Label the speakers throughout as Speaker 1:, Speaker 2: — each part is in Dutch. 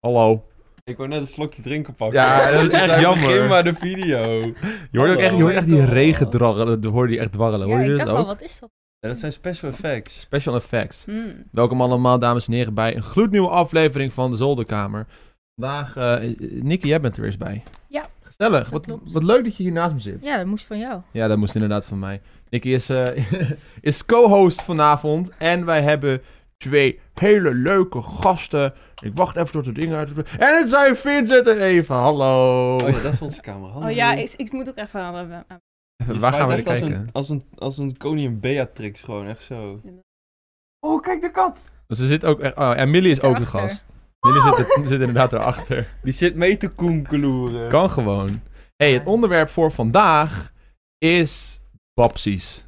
Speaker 1: Hallo.
Speaker 2: Ik wou net een slokje drinken pakken.
Speaker 1: Ja, dat is
Speaker 2: Dus
Speaker 1: echt
Speaker 2: hij
Speaker 1: jammer.
Speaker 2: Begin maar de video.
Speaker 1: Je hoort ook echt, je hoort echt die regen dwarrelen. dat Hoor je die echt dwarrelen. Hoor
Speaker 3: Ja,
Speaker 1: je
Speaker 3: ik
Speaker 1: dat
Speaker 3: dacht al,
Speaker 1: ook?
Speaker 3: wat is dat?
Speaker 2: Ja, dat zijn special effects.
Speaker 1: Special effects.
Speaker 3: Hmm.
Speaker 1: Welkom allemaal, dames en heren, bij een gloednieuwe aflevering van de Zolderkamer. Vandaag, eh, eh, Nicky, jij bent er weer eens bij.
Speaker 3: Ja,
Speaker 1: Gezellig. Wat,
Speaker 3: dat klopt.
Speaker 1: wat leuk dat je hier naast me zit.
Speaker 3: Ja, dat moest van jou.
Speaker 1: Ja, dat moest inderdaad van mij. Nicky is, eh, is co-host vanavond en wij hebben twee hele leuke gasten. Ik wacht even tot de dingen uit... En het zijn Vincent en Eva, hallo.
Speaker 2: Oh ja, dat is onze camera. Hallo.
Speaker 4: Oh ja, ik, ik moet ook echt aan hebben. aan-
Speaker 2: Je
Speaker 1: Waar gaan we
Speaker 2: zwaait
Speaker 1: naar
Speaker 2: echt als
Speaker 1: kijken?
Speaker 2: Een, als, een, als een koningin Beatrix gewoon, echt zo.
Speaker 4: Ja.
Speaker 2: Oh, kijk de kat!
Speaker 1: Ze zit ook echt... Oh, en Millie is
Speaker 3: Zit
Speaker 1: ook een
Speaker 3: erachter.
Speaker 1: gast. Millie zit, er- zit inderdaad erachter.
Speaker 2: Die zit mee te koenkeloeren.
Speaker 1: Kan gewoon. hey, het onderwerp voor vandaag is babsies.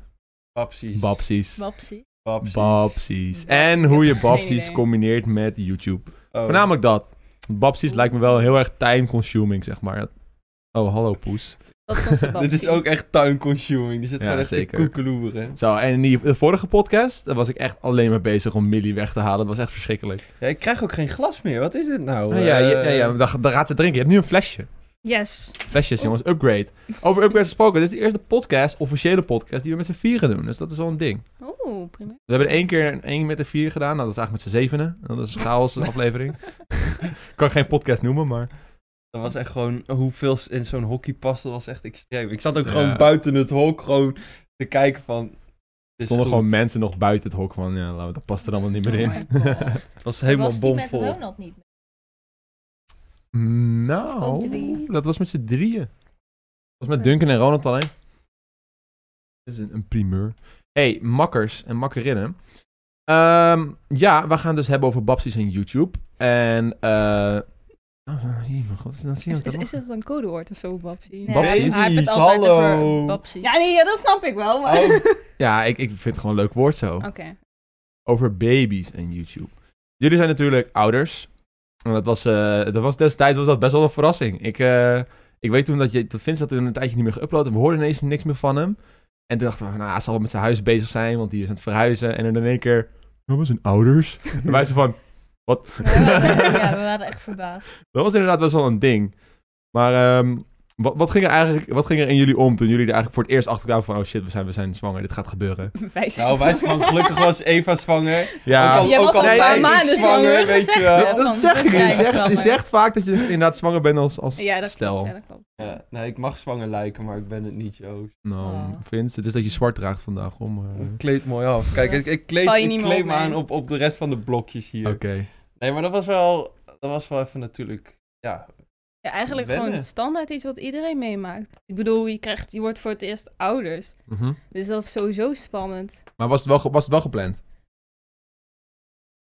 Speaker 2: Babsies.
Speaker 1: Babsies.
Speaker 3: Wapsie.
Speaker 2: Babsies.
Speaker 1: Babsies. En hoe je
Speaker 4: Geen
Speaker 1: babsies
Speaker 4: idee.
Speaker 1: combineert met YouTube.
Speaker 2: Oh.
Speaker 1: Voornamelijk dat. Babsies lijkt me wel heel erg time-consuming, zeg maar. Oh, hallo poes.
Speaker 3: Dat is onze
Speaker 2: Dit is
Speaker 3: wapsie.
Speaker 2: ook echt time consuming. Die zit
Speaker 1: Ja,
Speaker 2: gewoon echt
Speaker 1: zeker.
Speaker 2: te koekeloeren.
Speaker 1: Zo, en in die de vorige podcast daar was ik echt alleen maar bezig om Millie weg te halen. Dat was echt verschrikkelijk.
Speaker 2: Ja, ik krijg ook geen glas meer. Wat is dit nou?
Speaker 1: Ah, ja, ja,
Speaker 2: Eh,
Speaker 1: ja, ja, daar, daar gaat ze drinken. Je hebt nu een flesje.
Speaker 4: Yes.
Speaker 1: Flesjes, jongens. Upgrade. Over upgrade gesproken. Dit is de eerste podcast, officiële podcast, die we met z'n vieren doen. Dus dat is wel een ding.
Speaker 3: Oeh, prima.
Speaker 1: We hebben één keer een één met de vier gedaan. Nou, dat is eigenlijk met z'n zevenen. Dat is een chaos een aflevering. kan geen podcast noemen, maar...
Speaker 2: Dat was echt gewoon hoeveel s- in zo'n hockey past. Dat was echt extreem. Ik zat ook
Speaker 1: Ja.
Speaker 2: gewoon buiten het hok gewoon te kijken van... het
Speaker 1: Er
Speaker 2: is
Speaker 1: stonden
Speaker 2: goed. Oh
Speaker 1: gewoon mensen nog buiten het hok van... Ja, laten we- dat past er allemaal niet meer in.
Speaker 2: Het was helemaal
Speaker 3: was die met
Speaker 2: bomvol.
Speaker 3: Ronald niet meer? Ook
Speaker 1: nou,
Speaker 3: drie.
Speaker 1: dat was met z'n drieën. Dat was met Duncan en Ronald alleen. Dat is een, een primeur. hey, makkers en makkerinnen. Ehm, ja, we gaan dus hebben over Babsies en YouTube. En... eh Oh, hier, mijn god, dan zie je
Speaker 4: Is,
Speaker 1: hem te
Speaker 4: is, is
Speaker 1: lachen.
Speaker 4: dat een codewoord of zo, Babsie?
Speaker 3: Nee,
Speaker 1: Wapsies.
Speaker 3: hij- Hij heeft het
Speaker 2: Wapsies,
Speaker 3: altijd
Speaker 2: hallo.
Speaker 3: over wapsies.
Speaker 4: Ja, nee, ja, dat snap ik wel. Maar...
Speaker 2: Oh.
Speaker 4: Oké.
Speaker 1: Ja, ik, ik vind het gewoon een leuk woord zo. over baby's en YouTube. Jullie zijn natuurlijk ouders. En dat was, eh, dat was destijds was dat best wel een verrassing. Ik, eh, ik weet toen dat, je, dat Vince had toen een tijdje niet meer geüpload. En we hoorden ineens niks meer van hem. En toen dachten we, van, nou, hij zal wel met zijn huis bezig zijn. Want die is aan het verhuizen. En dan in één keer, dat was een ouders. en wij zo van, wat?
Speaker 3: ja, we waren echt verbaasd.
Speaker 1: dat was inderdaad best wel een ding. Maar ehm, wat, wat ging er eigenlijk wat ging er in jullie om toen jullie er eigenlijk voor het eerst achter kwamen van... Oh shit, we zijn, we zijn zwanger, dit gaat gebeuren.
Speaker 4: Wij zijn
Speaker 2: Nou, wij zijn van gelukkig was Eva zwanger.
Speaker 1: Ja,
Speaker 2: ook al,
Speaker 4: Jij
Speaker 2: ook
Speaker 4: was
Speaker 2: al
Speaker 1: al een paar
Speaker 2: ben ik
Speaker 4: maanden
Speaker 2: zwanger,
Speaker 4: zwanger,
Speaker 2: weet je
Speaker 4: gezegd,
Speaker 2: wel.
Speaker 4: hè?
Speaker 1: Eh, dat, dat
Speaker 4: van,
Speaker 1: zeg ik
Speaker 4: we
Speaker 1: niet.
Speaker 4: zijn
Speaker 1: Je zegt, je
Speaker 3: zwanger.
Speaker 1: zegt vaak dat je inderdaad zwanger bent als, als
Speaker 4: Ja, dat
Speaker 1: stel.
Speaker 4: klopt. Ja, dat klopt.
Speaker 2: Ja, nee, ik mag zwanger lijken, maar ik ben het niet, Joost.
Speaker 1: Nou,
Speaker 3: Oh.
Speaker 1: Vince, het is dat je zwart draagt vandaag. Om, eh,
Speaker 2: Het kleedt mooi af. Kijk, ik, ik kleed,
Speaker 4: Val je
Speaker 2: ik
Speaker 4: niet meer
Speaker 2: kleed
Speaker 4: op,
Speaker 2: me
Speaker 4: nee.
Speaker 2: aan op, op de rest van de blokjes hier.
Speaker 1: Oké.
Speaker 2: Nee, maar dat was wel, dat was wel even natuurlijk, ja.
Speaker 4: Ja, eigenlijk gewoon
Speaker 2: Wennen.
Speaker 4: standaard iets wat iedereen meemaakt. Ik bedoel, je, krijgt, je wordt voor het eerst ouders.
Speaker 1: Mhm.
Speaker 4: Dus dat is sowieso spannend.
Speaker 1: Maar was het wel, ge- was het wel gepland?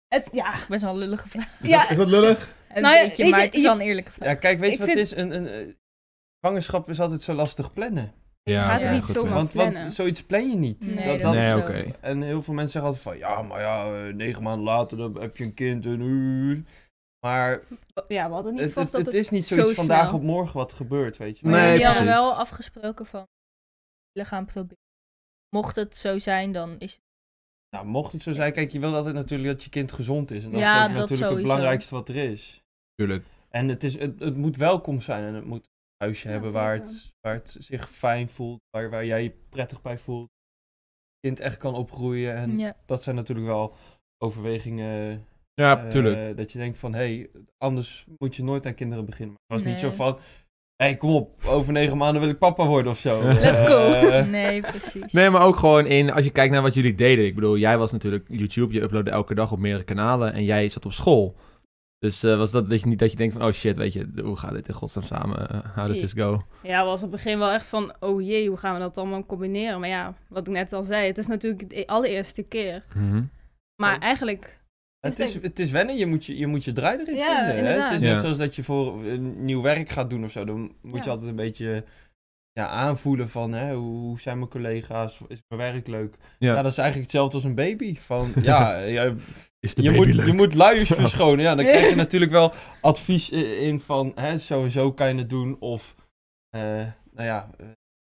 Speaker 4: Het, ja,
Speaker 3: Best wel een lullige vraag.
Speaker 4: ja,
Speaker 1: lullig?
Speaker 3: Een
Speaker 4: Nou ja,
Speaker 3: beetje,
Speaker 4: weet
Speaker 3: maar
Speaker 4: je,
Speaker 3: het is
Speaker 4: je-
Speaker 3: wel een eerlijke vraag.
Speaker 2: Ja, kijk, weet je
Speaker 4: Ik
Speaker 2: wat
Speaker 4: vind-
Speaker 2: het is? Een, een, eh, zwangerschap is altijd zo lastig plannen.
Speaker 1: Ja,
Speaker 4: gaat
Speaker 3: ja,
Speaker 4: het niet
Speaker 1: goed
Speaker 4: zomaar
Speaker 1: punt.
Speaker 2: Want,
Speaker 4: plannen.
Speaker 2: want zoiets plan je niet.
Speaker 3: Nee,
Speaker 4: dat
Speaker 2: is
Speaker 1: nee,
Speaker 3: zo.
Speaker 1: oké.
Speaker 2: En heel veel mensen zeggen altijd van, ja, maar ja, eh, negen maanden later dan heb je een kind en... eh. Maar
Speaker 4: Oh, ja, we hadden niet
Speaker 2: het, het,
Speaker 4: verwacht dat
Speaker 2: het
Speaker 4: het...
Speaker 2: is niet zoiets
Speaker 4: zo
Speaker 2: vandaag
Speaker 4: snel-
Speaker 2: op morgen wat gebeurt, weet je.
Speaker 3: Maar
Speaker 1: Nee,
Speaker 3: jullie hadden
Speaker 1: precies.
Speaker 3: wel afgesproken van, we gaan proberen. Mocht het zo zijn, dan is het...
Speaker 2: Nou, mocht het zo zijn, kijk, je wil altijd natuurlijk dat je kind gezond is. En dat
Speaker 3: Ja,
Speaker 2: is ook
Speaker 3: dat
Speaker 2: natuurlijk het
Speaker 3: sowieso.
Speaker 2: belangrijkste wat er is.
Speaker 1: Tuurlijk.
Speaker 2: En het, is, het, het moet welkom zijn en het moet een huisje
Speaker 4: Ja,
Speaker 2: hebben waar
Speaker 4: zeker.
Speaker 2: het, waar het zich fijn voelt, waar, waar jij je prettig bij voelt. Het kind echt kan opgroeien. En
Speaker 3: Ja.
Speaker 2: dat zijn natuurlijk wel overwegingen.
Speaker 1: Ja,
Speaker 2: eh,
Speaker 1: tuurlijk.
Speaker 2: dat je denkt van, hé, hey, anders moet je nooit aan kinderen beginnen. Maar het was niet
Speaker 3: Nee.
Speaker 2: zo van, hé, hey, kom op, over negen maanden wil ik papa worden of zo.
Speaker 1: Let's
Speaker 4: go.
Speaker 2: Eh,
Speaker 3: Nee, precies.
Speaker 1: Nee, maar ook gewoon in, als je kijkt naar wat jullie deden. Ik bedoel, jij was natuurlijk YouTube, je uploadde elke dag op meerdere kanalen en jij zat op school. Dus eh, was dat, dat je niet dat je denkt van, oh shit, weet je, hoe gaat dit in godsnaam samen? Eh, how does this go?
Speaker 4: Ja, was op het begin wel echt van, oh jee, hoe gaan we dat allemaal combineren? Maar ja, wat ik net al zei, het is natuurlijk de allereerste keer.
Speaker 1: Mhm.
Speaker 4: Maar
Speaker 2: Ja.
Speaker 4: eigenlijk,
Speaker 2: Het
Speaker 4: Dus
Speaker 2: is, het is wennen, je moet je, je moet je draai erin
Speaker 4: Ja,
Speaker 2: vinden. Hè? Het
Speaker 4: inderdaad.
Speaker 2: is
Speaker 1: Ja.
Speaker 2: net zoals dat je voor een nieuw werk gaat doen of zo. Dan moet je
Speaker 4: Ja.
Speaker 2: altijd een beetje ja, aanvoelen van hè, hoe, hoe zijn mijn collega's, is mijn werk leuk? Ja.
Speaker 1: Ja.
Speaker 2: dat is eigenlijk hetzelfde als een baby. Van, ja, je,
Speaker 1: Is de
Speaker 2: je,
Speaker 1: baby
Speaker 2: moet,
Speaker 1: leuk?
Speaker 2: je moet luiers verschonen. Ja, dan krijg je natuurlijk wel advies i- in van hè, zo en zo kan je het doen. Of, eh, nou ja, eh,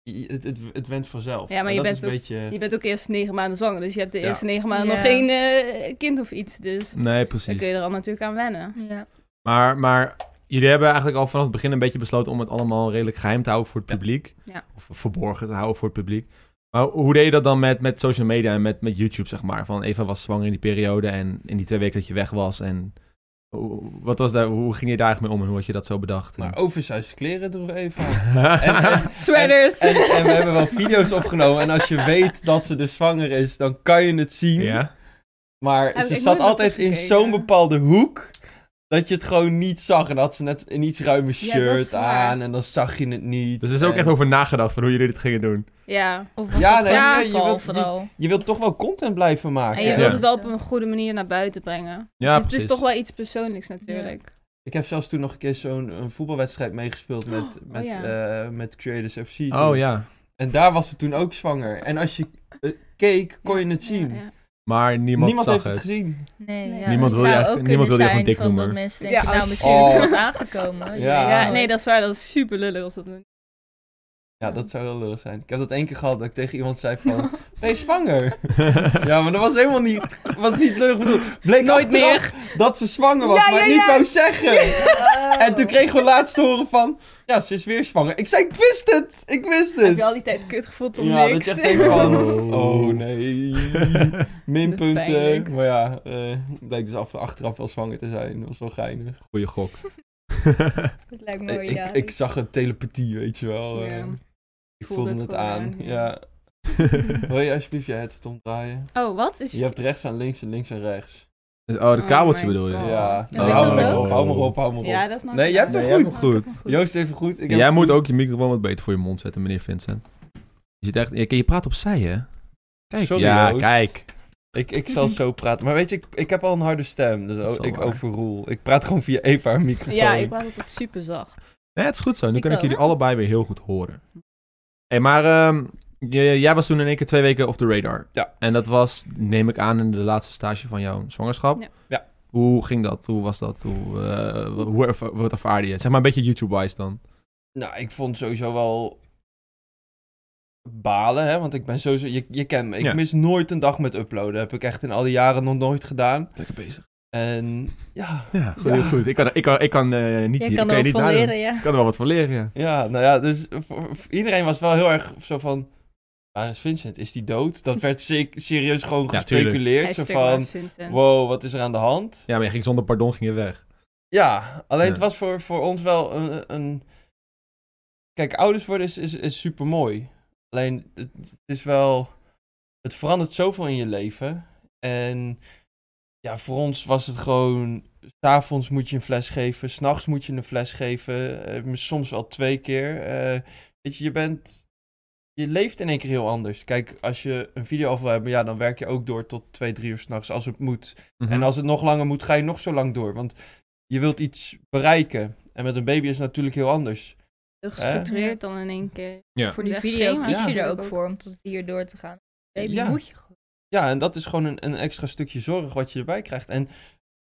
Speaker 2: je- het, het, het went vanzelf.
Speaker 4: Ja, maar
Speaker 2: En
Speaker 4: je
Speaker 2: dat
Speaker 4: bent
Speaker 2: is een beetje...
Speaker 4: je bent ook eerst negen maanden zwanger. Dus je hebt de
Speaker 2: Ja.
Speaker 4: eerste negen maanden
Speaker 3: Ja.
Speaker 4: nog geen eh, kind of iets. Dus
Speaker 1: Nee,
Speaker 4: dan
Speaker 1: precies.
Speaker 4: kun je er al natuurlijk aan wennen.
Speaker 3: Ja.
Speaker 1: Maar, maar jullie hebben eigenlijk al vanaf het begin een beetje besloten om het allemaal redelijk geheim te houden voor het publiek.
Speaker 4: Ja.
Speaker 1: Of verborgen te houden voor het publiek. Maar hoe deed je dat dan met, met social media en met, met YouTube, zeg maar? Van Eva was zwanger in die periode en in die twee weken dat je weg was. En hoe- wat was daar, hoe ging je daar eigenlijk mee om en hoe had je dat zo bedacht? En-
Speaker 2: Maar Nou, oversized kleren droeg Eva. en-
Speaker 4: Sweaters.
Speaker 2: En, en we hebben wel video's opgenomen. En als je weet dat ze dus zwanger is, dan kan je het zien.
Speaker 1: ja?
Speaker 2: Maar
Speaker 4: Heb
Speaker 2: ze
Speaker 4: ik
Speaker 2: zat
Speaker 4: nooit
Speaker 2: altijd in
Speaker 4: teruggekeken.
Speaker 2: zo'n bepaalde hoek. Dat je het gewoon niet zag. En dan had ze net een iets ruimer
Speaker 4: Ja, dat is
Speaker 2: shirt
Speaker 4: waar.
Speaker 2: aan. En dan zag je het niet.
Speaker 1: Dus er is ook
Speaker 2: En
Speaker 1: echt over nagedacht van hoe jullie dit gingen doen.
Speaker 4: ja.
Speaker 3: Of was
Speaker 2: Ja,
Speaker 3: dat
Speaker 2: nee,
Speaker 3: gewoon
Speaker 4: ja,
Speaker 3: een
Speaker 2: je
Speaker 3: geval
Speaker 2: wilt
Speaker 3: vooral?
Speaker 2: Je wilt toch wel content blijven maken.
Speaker 4: En je
Speaker 1: Ja.
Speaker 4: wilt
Speaker 1: Ja.
Speaker 4: het wel op een goede manier naar buiten brengen.
Speaker 1: Ja,
Speaker 4: dus het is toch wel iets persoonlijks natuurlijk.
Speaker 2: Ik heb zelfs toen nog een keer zo'n een voetbalwedstrijd meegespeeld met,
Speaker 4: oh
Speaker 2: met,
Speaker 4: ja.
Speaker 2: eh, met Creators FC.
Speaker 1: Oh
Speaker 2: toen.
Speaker 1: ja.
Speaker 2: En daar was ze toen ook zwanger. En als je eh, keek, kon je het zien.
Speaker 4: Ja, ja.
Speaker 1: Maar niemand, zag
Speaker 2: heeft het gezien.
Speaker 3: Nee,
Speaker 4: Nee.
Speaker 3: ja.
Speaker 4: Niemand
Speaker 3: het
Speaker 1: wil je
Speaker 3: zou
Speaker 1: echt-
Speaker 3: ook
Speaker 1: niemand wil je
Speaker 3: kunnen
Speaker 1: echt een
Speaker 3: zijn
Speaker 1: dik
Speaker 3: van
Speaker 1: noemen.
Speaker 3: dat mensen
Speaker 4: Ja,
Speaker 3: denken, nou
Speaker 4: als-
Speaker 3: misschien is er
Speaker 2: Oh.
Speaker 3: wat aangekomen. Je
Speaker 2: Ja.
Speaker 3: weet
Speaker 4: Ja,
Speaker 3: het
Speaker 4: nee,
Speaker 3: nooit.
Speaker 4: dat is waar. Dat is super lullig als dat niet.
Speaker 2: Ja, dat zou heel lullig zijn. Ik heb dat één keer gehad dat ik tegen iemand zei van... Ben je zwanger? Ja, maar dat was helemaal niet, was niet leuk bedoeld. Bleek
Speaker 4: Nooit
Speaker 2: achteraf
Speaker 4: meer.
Speaker 2: dat ze zwanger was,
Speaker 4: Ja,
Speaker 2: maar
Speaker 4: ja,
Speaker 2: niet
Speaker 4: ja.
Speaker 2: wou zeggen.
Speaker 3: Oh.
Speaker 2: En toen kregen we laatst te horen van... Ja, ze is weer zwanger. Ik zei, ik wist het! Ik wist
Speaker 4: Heb je
Speaker 2: het!
Speaker 4: al die tijd kut gevoeld om
Speaker 2: Ja, dat
Speaker 4: niks?
Speaker 2: je echt denkt van...
Speaker 1: Oh.
Speaker 2: Oh nee. Minpunten.
Speaker 4: Pijnlijk.
Speaker 2: Maar ja, eh bleek dus af, achteraf wel zwanger te zijn. Dat was wel geinig.
Speaker 1: Goeie gok.
Speaker 4: Dat lijkt me mooi,
Speaker 2: ik,
Speaker 4: Oh, ja.
Speaker 2: ik, ik zag het telepathie, weet je wel. eh.
Speaker 4: Ja.
Speaker 2: Ik
Speaker 4: Voelde
Speaker 2: voelde
Speaker 4: het
Speaker 2: het
Speaker 4: gewoon
Speaker 2: aan.
Speaker 4: aan, ja.
Speaker 2: Ja. Wil je alsjeblieft je headset omdraaien?
Speaker 4: Oh, wat? Is...
Speaker 2: Je hebt rechts aan links en links en rechts.
Speaker 1: Oh, de
Speaker 4: Oh
Speaker 1: kabeltje
Speaker 4: my
Speaker 1: bedoel je?
Speaker 4: God.
Speaker 2: Ja. nou,
Speaker 4: Ja,
Speaker 2: hou
Speaker 4: dat
Speaker 2: maar
Speaker 4: ook?
Speaker 2: op, hou maar op, hou maar op.
Speaker 4: Ja, dat is nog
Speaker 2: Nee, jij hebt hem
Speaker 1: Nee, jij
Speaker 2: goed.
Speaker 1: hebt hem goed.
Speaker 2: Joost even goed. Ik heb
Speaker 1: Jij
Speaker 2: hem
Speaker 1: moet
Speaker 2: goed.
Speaker 1: ook je microfoon wat beter voor je mond zetten, meneer Vincent. Je, zit echt, je, je praat opzij, hè? Kijk,
Speaker 2: Sorry,
Speaker 1: ja,
Speaker 2: Joost.
Speaker 1: kijk.
Speaker 2: Ik, ik zal zo praten. Maar weet je, ik, ik heb al een harde stem.
Speaker 1: Dat
Speaker 2: Dus
Speaker 1: is wel
Speaker 2: ik
Speaker 1: waar.
Speaker 2: overroel. Ik praat gewoon via Eva haar microfoon.
Speaker 4: Ja, ik praat altijd super zacht.
Speaker 1: Nee, het is goed zo. Nu
Speaker 4: Ik
Speaker 1: kan ik
Speaker 4: ook.
Speaker 1: jullie allebei weer heel goed horen. hey, maar ehm, je- jij was toen in één keer twee weken off the radar.
Speaker 2: Ja.
Speaker 1: En dat was, neem ik aan, in de laatste stage van jouw zwangerschap.
Speaker 4: Ja.
Speaker 2: Ja.
Speaker 1: Hoe ging dat? Hoe was dat? Hoe, eh, wat- hoe erva- wat ervaarde je? Zeg maar een beetje YouTube-wise dan.
Speaker 2: Nou, ik vond sowieso wel balen, hè. Want ik ben sowieso... Je, je kent me. Ik
Speaker 1: Ja.
Speaker 2: mis nooit een dag met uploaden. heb ik echt in al die jaren nog nooit gedaan.
Speaker 1: Lekker bezig.
Speaker 2: En ja...
Speaker 1: Ja, goed.
Speaker 2: Ja.
Speaker 1: heel goed. Ik kan, ik kan, ik kan eh, niet...
Speaker 3: Jij
Speaker 1: ik
Speaker 3: kan
Speaker 1: je
Speaker 3: er wat
Speaker 1: niet
Speaker 3: van
Speaker 1: nadoen.
Speaker 3: leren, ja.
Speaker 1: Ik kan er wel wat van leren, ja.
Speaker 2: Ja, nou ja, dus voor- voor iedereen was wel heel erg zo van... Waar is Vincent? Is die dood? Dat werd se- serieus gewoon
Speaker 1: Ja,
Speaker 2: gespeculeerd. Zo
Speaker 4: Hashtag
Speaker 2: van,
Speaker 4: Lars Vincent.
Speaker 2: wow, wat is er aan de hand?
Speaker 1: Ja, maar je ging zonder pardon ging je weg.
Speaker 2: Ja, alleen
Speaker 1: Ja.
Speaker 2: het was voor, voor ons wel een, een... Kijk, ouders worden is, is, is super mooi. Alleen, het, het is wel... Het verandert zoveel in je leven. En ja, voor ons was het gewoon... S'avonds moet je een fles geven. S'nachts moet je een fles geven. eh, soms wel twee keer. eh, weet je, je bent... Je leeft in één keer heel anders. Kijk, als je een video af wil hebben, ja, dan werk je ook door tot twee, drie uur s'nachts als het moet.
Speaker 1: Mhm.
Speaker 2: En als het nog langer moet, ga je nog zo lang door. Want je wilt iets bereiken. En met een baby is het natuurlijk heel anders.
Speaker 4: Heel gestructureerd dan in één keer.
Speaker 1: Ja.
Speaker 3: Voor die
Speaker 4: Echt
Speaker 3: video
Speaker 4: schema.
Speaker 3: kies je
Speaker 4: Ja.
Speaker 3: er ook voor om tot hier door te gaan. Baby,
Speaker 2: Ja.
Speaker 3: moet je gewoon.
Speaker 2: Ja, en dat is gewoon een, een extra stukje zorg wat je erbij krijgt. En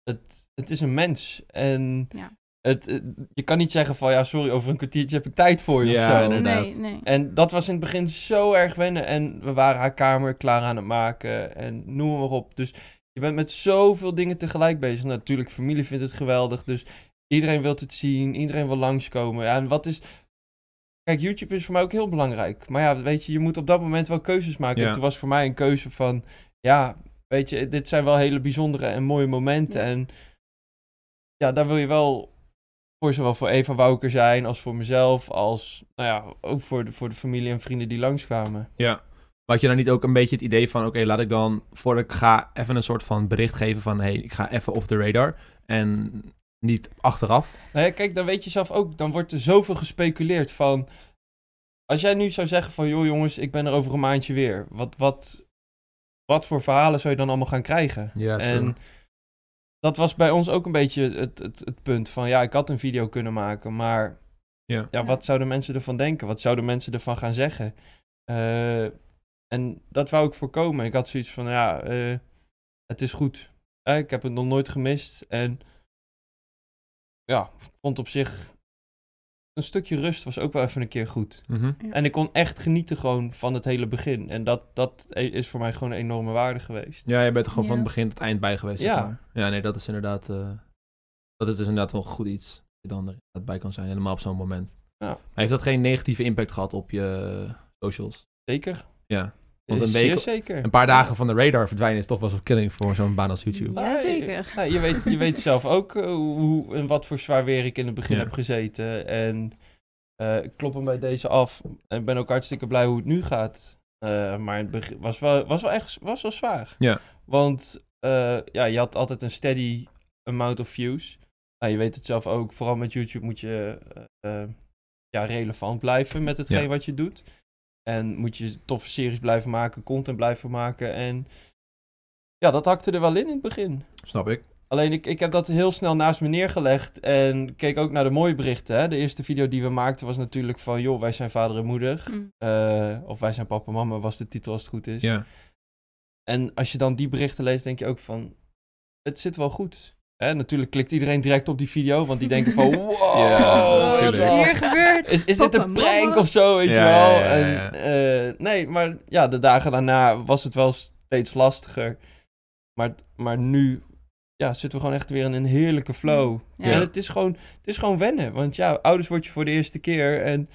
Speaker 2: het, het is een mens. En
Speaker 4: Ja.
Speaker 2: het, het- je kan niet zeggen van, ja, sorry, over een kwartiertje heb ik tijd voor je
Speaker 1: Ja,
Speaker 2: of zo.
Speaker 1: inderdaad.
Speaker 4: Nee, nee.
Speaker 2: En dat was in het begin zo erg wennen. En we waren haar kamer klaar aan het maken. En noem maar op. Dus je bent met zoveel dingen tegelijk bezig. Natuurlijk, familie vindt het geweldig. Dus iedereen wil het zien. Iedereen wil langskomen. Ja, en wat is. Kijk, YouTube is voor mij ook heel belangrijk. Maar ja, weet je, je moet op dat moment wel keuzes maken.
Speaker 1: Ja.
Speaker 2: En toen was voor mij een keuze van. Ja, weet je, dit zijn wel hele bijzondere en mooie momenten.
Speaker 4: Ja.
Speaker 2: En ja, daar wil je wel voor zowel voor Eva Wouker zijn als voor mezelf, als nou ja, ook voor de, voor de familie en vrienden die langskwamen.
Speaker 1: Ja. Maar had je dan niet ook een beetje het idee van... Oké, laat ik dan voordat ik ga even een soort van bericht geven van... hey, ik ga even off the radar. En niet achteraf.
Speaker 2: Nou ja, kijk, dan weet je zelf ook, dan wordt er zoveel gespeculeerd van. Als jij nu zou zeggen van, joh jongens, ik ben er over een maandje weer. Wat, wat, wat voor verhalen zou je dan allemaal gaan krijgen?
Speaker 1: Ja,
Speaker 2: en dat was bij ons ook een beetje het, het, het punt van, ja, ik had een video kunnen maken, maar
Speaker 1: Ja.
Speaker 2: ja, wat zouden mensen ervan denken? Wat zouden mensen ervan gaan zeggen? Eh, en dat wou ik voorkomen. Ik had zoiets van, ja, eh, het is goed. Eh, ik heb het nog nooit gemist. En ja, ik vond op zich een stukje rust was ook wel even een keer goed.
Speaker 1: Mhm.
Speaker 2: En ik kon echt genieten gewoon van het hele begin. En dat, dat e- is voor mij gewoon een enorme waarde geweest.
Speaker 1: Ja, je bent er gewoon
Speaker 3: Ja.
Speaker 1: van het begin tot het eind bij geweest. zeg
Speaker 2: Ja.
Speaker 1: maar. Ja, nee, dat is inderdaad... eh, Dat is dus inderdaad wel goed iets. Dat je dan er inderdaad bij kan zijn, helemaal op zo'n moment.
Speaker 2: Ja.
Speaker 1: Maar heeft dat geen negatieve impact gehad op je eh, socials?
Speaker 2: Zeker.
Speaker 1: Ja. Want een
Speaker 2: Is zeer
Speaker 1: week-
Speaker 2: zeker.
Speaker 1: Een paar dagen van de radar verdwijnen is toch wel zo'n killing voor zo'n baan als YouTube.
Speaker 2: Ah, je-
Speaker 4: Jazeker.
Speaker 2: nou, je, weet, je weet zelf ook eh, hoe en wat voor zwaar weer ik in het begin
Speaker 1: Ja.
Speaker 2: heb gezeten. En eh, ik klop hem bij deze af. En ik ben ook hartstikke blij hoe het nu gaat. Eh, maar het begin was wel, was wel echt was wel zwaar.
Speaker 1: Ja.
Speaker 2: Want eh, ja, je had altijd een steady amount of views. Nou, je weet het zelf ook. Vooral met YouTube moet je eh, eh, ja, relevant blijven met hetgeen
Speaker 1: Ja.
Speaker 2: wat je doet. En moet je toffe series blijven maken, content blijven maken. En ja, dat hakte er wel in in het begin.
Speaker 1: Snap ik.
Speaker 2: Alleen ik, ik heb dat heel snel naast me neergelegd en keek ook naar de mooie berichten. Hè. De eerste video die we maakten was natuurlijk van, joh, wij zijn vader en moeder.
Speaker 4: Hm.
Speaker 2: Eh, of wij zijn papa en mama was de titel als het goed is.
Speaker 1: Ja.
Speaker 2: En als je dan die berichten leest, denk je ook van, het zit wel goed. Hè, natuurlijk klikt iedereen direct op die video, want die denken van, wow,
Speaker 1: Ja,
Speaker 2: Oh, wat
Speaker 4: wat Oh, is
Speaker 1: natuurlijk.
Speaker 2: dan?
Speaker 4: hier gebeurd?
Speaker 2: Is, is dit
Speaker 4: Papa,
Speaker 2: een prank
Speaker 4: mama?
Speaker 2: of zo, weet
Speaker 1: Ja,
Speaker 2: je wel?
Speaker 1: ja, ja,
Speaker 2: En,
Speaker 1: ja.
Speaker 2: eh, nee, maar ja, de dagen daarna was het wel steeds lastiger. Maar, maar nu ja, zitten we gewoon echt weer in een heerlijke flow.
Speaker 4: Ja.
Speaker 2: En het is, gewoon, het is gewoon wennen. Want ja, ouders word je voor de eerste keer en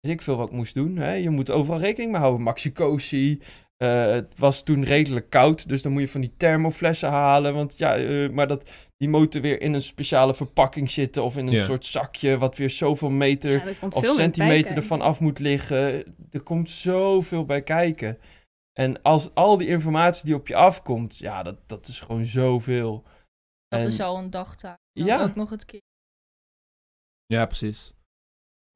Speaker 2: weet ik veel wat ik moest doen. Hè? Je moet overal rekening mee houden. Maxicosi. eh het was toen redelijk koud, dus dan moet je van die thermoflessen halen. Want ja, eh, maar dat, die moeten weer in een speciale verpakking zitten of in een
Speaker 1: Ja.
Speaker 2: soort zakje, wat weer zoveel meter
Speaker 4: Ja, er komt
Speaker 2: of
Speaker 4: veel meer bij
Speaker 2: centimeter
Speaker 4: kijken.
Speaker 2: ervan af moet liggen. Er komt zoveel bij kijken. En als al die informatie die op je afkomt, ja, dat, dat is gewoon zoveel.
Speaker 3: Dat
Speaker 2: En-
Speaker 3: is al een dagtaak. Dan
Speaker 2: Ja.
Speaker 3: Ook nog het kind.
Speaker 1: Ja, precies.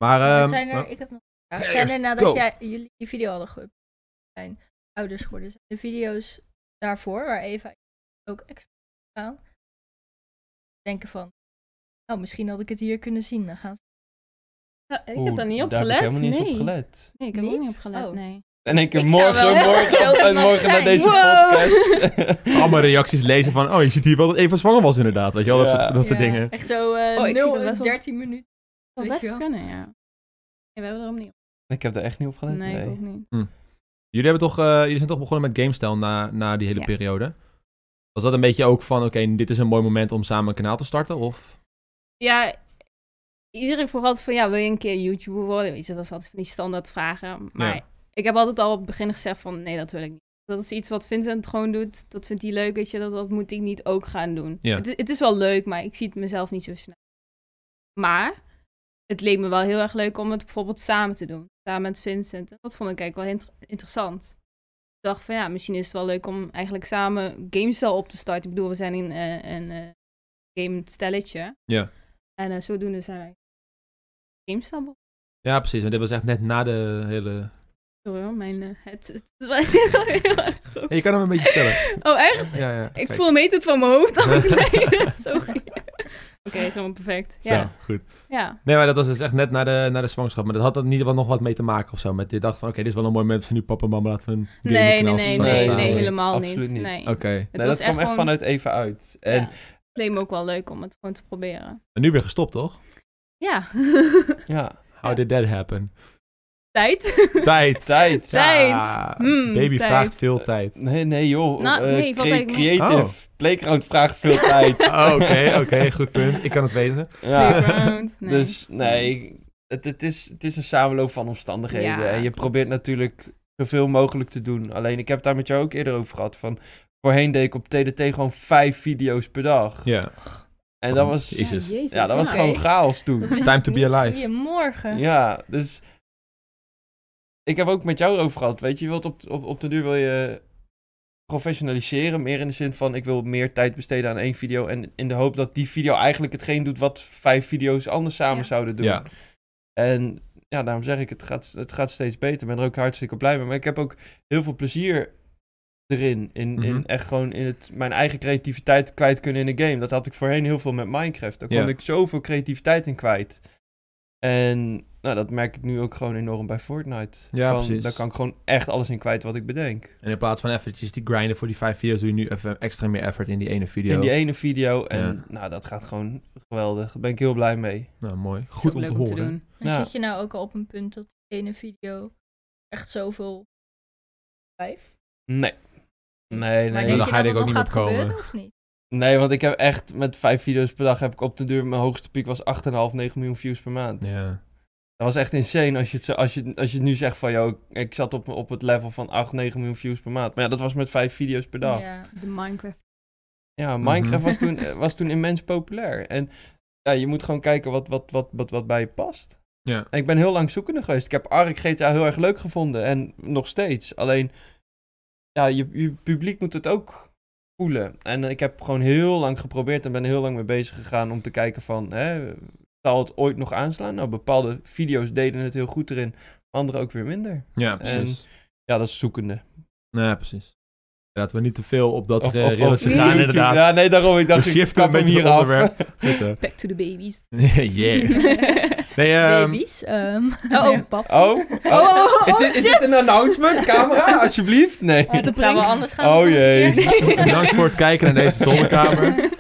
Speaker 1: Maar,
Speaker 3: Maar
Speaker 1: ehm,
Speaker 3: zijn er,
Speaker 1: nou,
Speaker 3: ik heb nog een vraag. Zijn er
Speaker 1: Eerst,
Speaker 3: nadat
Speaker 1: go.
Speaker 3: jij jullie die video hadden geüpload zijn, ouders geworden zijn, de video's daarvoor, waar Eva ook extra gaan, denken van, nou, misschien had ik het hier kunnen zien. Dan gaan ze
Speaker 4: Ja, ik
Speaker 2: Oeh,
Speaker 4: heb daar niet op
Speaker 2: daar
Speaker 4: gelet.
Speaker 2: Heb ik helemaal niet
Speaker 4: nee.
Speaker 2: eens op gelet.
Speaker 4: Nee, ik heb er ook
Speaker 3: Niet?
Speaker 4: niet op gelet.
Speaker 3: Oh.
Speaker 4: Nee.
Speaker 2: En ik heb
Speaker 3: Ik zou
Speaker 2: morgen,
Speaker 3: wel- Zo
Speaker 2: morgen, en
Speaker 3: iemand
Speaker 2: morgen naar
Speaker 3: zijn.
Speaker 2: deze
Speaker 4: Wow.
Speaker 2: podcast.
Speaker 1: allemaal reacties lezen van, oh, je ziet hier wel dat Eva zwanger was inderdaad. Weet je wel, dat,
Speaker 2: Ja.
Speaker 1: soort, dat soort
Speaker 4: Ja.
Speaker 1: dingen.
Speaker 3: echt zo eh
Speaker 4: Oh, ik zie
Speaker 3: 0
Speaker 4: er
Speaker 3: en
Speaker 4: best wel-
Speaker 3: 13 minuten.
Speaker 4: Dat zou
Speaker 3: Weet je
Speaker 4: best
Speaker 3: wel.
Speaker 4: kunnen, ja. Nee, we hebben er ook niet op
Speaker 2: Oh, Ik heb daar echt niet op gelet.
Speaker 4: gelet.
Speaker 2: Nee,
Speaker 4: Nee, ik ook niet.
Speaker 1: Jullie, hebben toch, eh, jullie zijn toch begonnen met GameStyle na, na die hele
Speaker 4: Ja.
Speaker 1: periode? Was dat een beetje ook van, oké, dit is een mooi moment om samen een kanaal te starten? Of?
Speaker 4: Ja, iedereen vroeg altijd van, ja, wil je een keer YouTuber worden? Weet je, dat is altijd van die standaard vragen. Maar
Speaker 1: Ja.
Speaker 4: ik heb altijd al op het begin gezegd van, nee, dat wil ik niet. Dat is iets wat Vincent gewoon doet. Dat vindt hij leuk, weet je. Dat, dat moet ik niet ook gaan doen.
Speaker 1: Ja.
Speaker 4: Het, is- het is wel leuk, maar ik zie het mezelf niet zo snel. Maar het leek me wel heel erg leuk om het bijvoorbeeld samen te doen. Samen met Vincent. En Dat vond ik eigenlijk wel inter- interessant. Ik dacht van, ja, misschien is het wel leuk om eigenlijk samen GameStyle op te starten. Ik bedoel, we zijn in eh, een eh game stelletje.
Speaker 1: Ja.
Speaker 4: En eh, zodoende zijn wij GameStyle begonnen.
Speaker 1: Ja, precies. Want dit was echt net na de hele...
Speaker 4: Sorry hoor, mijn eh, het, het is wel heel, erg groot.
Speaker 1: Hey, je kan hem een beetje stellen.
Speaker 4: Oh, echt?
Speaker 1: Ja, ja.
Speaker 4: Ik
Speaker 1: kijk.
Speaker 4: voel meet het van mijn hoofd afleiden. Sorry. Oké, is helemaal perfect.
Speaker 1: Zo,
Speaker 4: Ja.
Speaker 1: goed.
Speaker 4: ja.
Speaker 1: Nee, maar dat was dus echt net na de, na de zwangerschap. Maar dat had dan niet wel nog wat mee te maken of zo. Met je dacht van, oké, dit is wel een mooi moment. We zijn nu papa en mama, laten we een
Speaker 4: Nee, nee,
Speaker 1: gamingkanaal
Speaker 4: nee,
Speaker 1: starten
Speaker 4: nee,
Speaker 1: samen.
Speaker 4: nee, helemaal
Speaker 2: Absoluut
Speaker 4: niet.
Speaker 2: niet.
Speaker 4: Nee.
Speaker 1: Oké.
Speaker 4: Het
Speaker 2: Nee,
Speaker 4: was
Speaker 2: dat kwam echt
Speaker 4: gewoon-
Speaker 2: vanuit even uit. En
Speaker 4: Ja. Het leek me ook wel leuk om het gewoon te proberen.
Speaker 1: En nu weer gestopt, toch?
Speaker 4: Ja.
Speaker 2: ja,
Speaker 1: How did that happen?
Speaker 4: Tijd.
Speaker 1: Tijd.
Speaker 2: tijd.
Speaker 4: Tijd.
Speaker 1: Ja,
Speaker 4: Hmm,
Speaker 1: Baby
Speaker 4: tijd.
Speaker 1: vraagt veel tijd.
Speaker 2: Nee, nee, joh.
Speaker 4: Nou,
Speaker 2: Eh,
Speaker 4: nee, valt
Speaker 2: cre-
Speaker 4: eigenlijk mee.
Speaker 2: creative.
Speaker 1: Oh.
Speaker 2: Playground vraagt veel tijd.
Speaker 1: Oké, Oh, oké, goed punt. Ik kan het weten.
Speaker 4: Playground. Nee.
Speaker 2: Dus nee, het, het, is, het is een samenloop van omstandigheden.
Speaker 4: Ja,
Speaker 2: en je
Speaker 4: klopt.
Speaker 2: probeert natuurlijk zoveel mogelijk te doen. Alleen ik heb het daar met jou ook eerder over gehad. Van, voorheen deed ik op TDT gewoon vijf video's per dag.
Speaker 1: Ja.
Speaker 2: En dat was,
Speaker 1: Jezus.
Speaker 4: Jezus,
Speaker 2: ja, dat was
Speaker 4: ja.
Speaker 2: gewoon chaos toen.
Speaker 3: Dat wist
Speaker 1: Time
Speaker 3: ik
Speaker 1: to be
Speaker 3: niet.
Speaker 1: alive.
Speaker 3: Goedemorgen.
Speaker 2: Ja, dus ik heb ook met jou over gehad. Weet je, je wilt op, op, op de duur wil je professionaliseren. Meer in de zin van ik wil meer tijd besteden aan één video. En in de hoop dat die video eigenlijk hetgeen doet wat vijf video's anders samen
Speaker 4: Ja.
Speaker 2: zouden doen.
Speaker 1: Ja.
Speaker 2: En ja, daarom zeg ik, het gaat, het gaat steeds beter. Ik ben er ook hartstikke blij mee. Maar ik heb ook heel veel plezier erin. In,
Speaker 1: Mhm.
Speaker 2: in echt gewoon in het, mijn eigen creativiteit kwijt kunnen in een game. Dat had ik voorheen heel veel met Minecraft. Daar kon
Speaker 1: Ja.
Speaker 2: ik zoveel creativiteit in kwijt. En nou, dat merk ik nu ook gewoon enorm bij Fortnite.
Speaker 1: Ja,
Speaker 2: Van,
Speaker 1: precies.
Speaker 2: Daar kan ik gewoon echt alles in kwijt wat ik bedenk.
Speaker 1: En in plaats van eventjes die grinden voor die vijf video's, doe je nu even extra meer effort in die e- ene video.
Speaker 2: In die ene video. En
Speaker 1: Ja.
Speaker 2: nou, dat gaat gewoon geweldig. Daar ben ik heel blij mee.
Speaker 1: Nou, mooi. Goed
Speaker 4: Goed
Speaker 1: om
Speaker 4: leuk
Speaker 1: te
Speaker 4: om te
Speaker 1: horen.
Speaker 4: doen.
Speaker 3: En
Speaker 2: Ja.
Speaker 3: zit je nou ook al op een punt dat die ene video echt zoveel vijf?
Speaker 2: Nee. Nee, nee.
Speaker 3: Maar
Speaker 1: dan
Speaker 3: denk
Speaker 1: ga
Speaker 3: je
Speaker 1: je denk
Speaker 3: dat het nog
Speaker 1: ik ook
Speaker 3: gaat
Speaker 1: niet meer komen.
Speaker 3: gebeuren of niet?
Speaker 2: Nee, want ik heb echt met vijf video's per dag heb ik op de duur mijn hoogste piek was 8,5, 9 miljoen views per maand.
Speaker 1: Ja.
Speaker 2: Dat was echt insane als je het, zo, als je, als je het nu zegt van, joh, ik- ik zat op, op het level van 8, 9 miljoen views per maand. Maar ja, dat was met vijf video's per dag.
Speaker 3: Ja.
Speaker 4: De Minecraft.
Speaker 2: Ja, Minecraft
Speaker 1: Mhm.
Speaker 2: was, toen, eh, was toen immens populair. En ja, je moet gewoon kijken wat, wat, wat, wat, wat bij je past.
Speaker 1: Ja.
Speaker 2: En ik ben heel lang zoekende geweest. Ik heb Ark GTA heel erg leuk gevonden. En nog steeds. Alleen, ja, je, je publiek moet het ook voelen. En ik heb gewoon heel lang geprobeerd en ben er heel lang mee bezig gegaan om te kijken van... Hè, zal het ooit nog aanslaan? Nou, bepaalde video's deden het heel goed erin. Andere ook weer minder.
Speaker 1: Ja, precies.
Speaker 2: Ja, dat is zoekende.
Speaker 1: Ja, precies. Laten we niet te veel op dat
Speaker 2: Of-
Speaker 1: eh,
Speaker 2: of- of
Speaker 1: railtje gaan,
Speaker 2: YouTube.
Speaker 1: inderdaad.
Speaker 2: Ja, nee, daarom. Ik dacht,
Speaker 1: We
Speaker 2: ik
Speaker 1: shiften
Speaker 2: kap
Speaker 1: een
Speaker 2: hem
Speaker 1: beetje
Speaker 2: hier
Speaker 1: het
Speaker 2: af.
Speaker 1: onderwerp. Goed zo.
Speaker 4: Back to the babies.
Speaker 1: yeah. Nee, ehm,
Speaker 3: Baby's. ehm.
Speaker 4: Oh,
Speaker 3: Ja.
Speaker 4: pap.
Speaker 2: Oh, oh.
Speaker 3: oh,
Speaker 2: is, dit, is dit een announcement, camera? Alsjeblieft? Nee.
Speaker 3: Oh, dat zou wel anders gaan.
Speaker 2: Oh,
Speaker 3: dan de
Speaker 2: jee.
Speaker 3: vorige keer.
Speaker 1: Bedankt voor het kijken naar deze zonnekamer.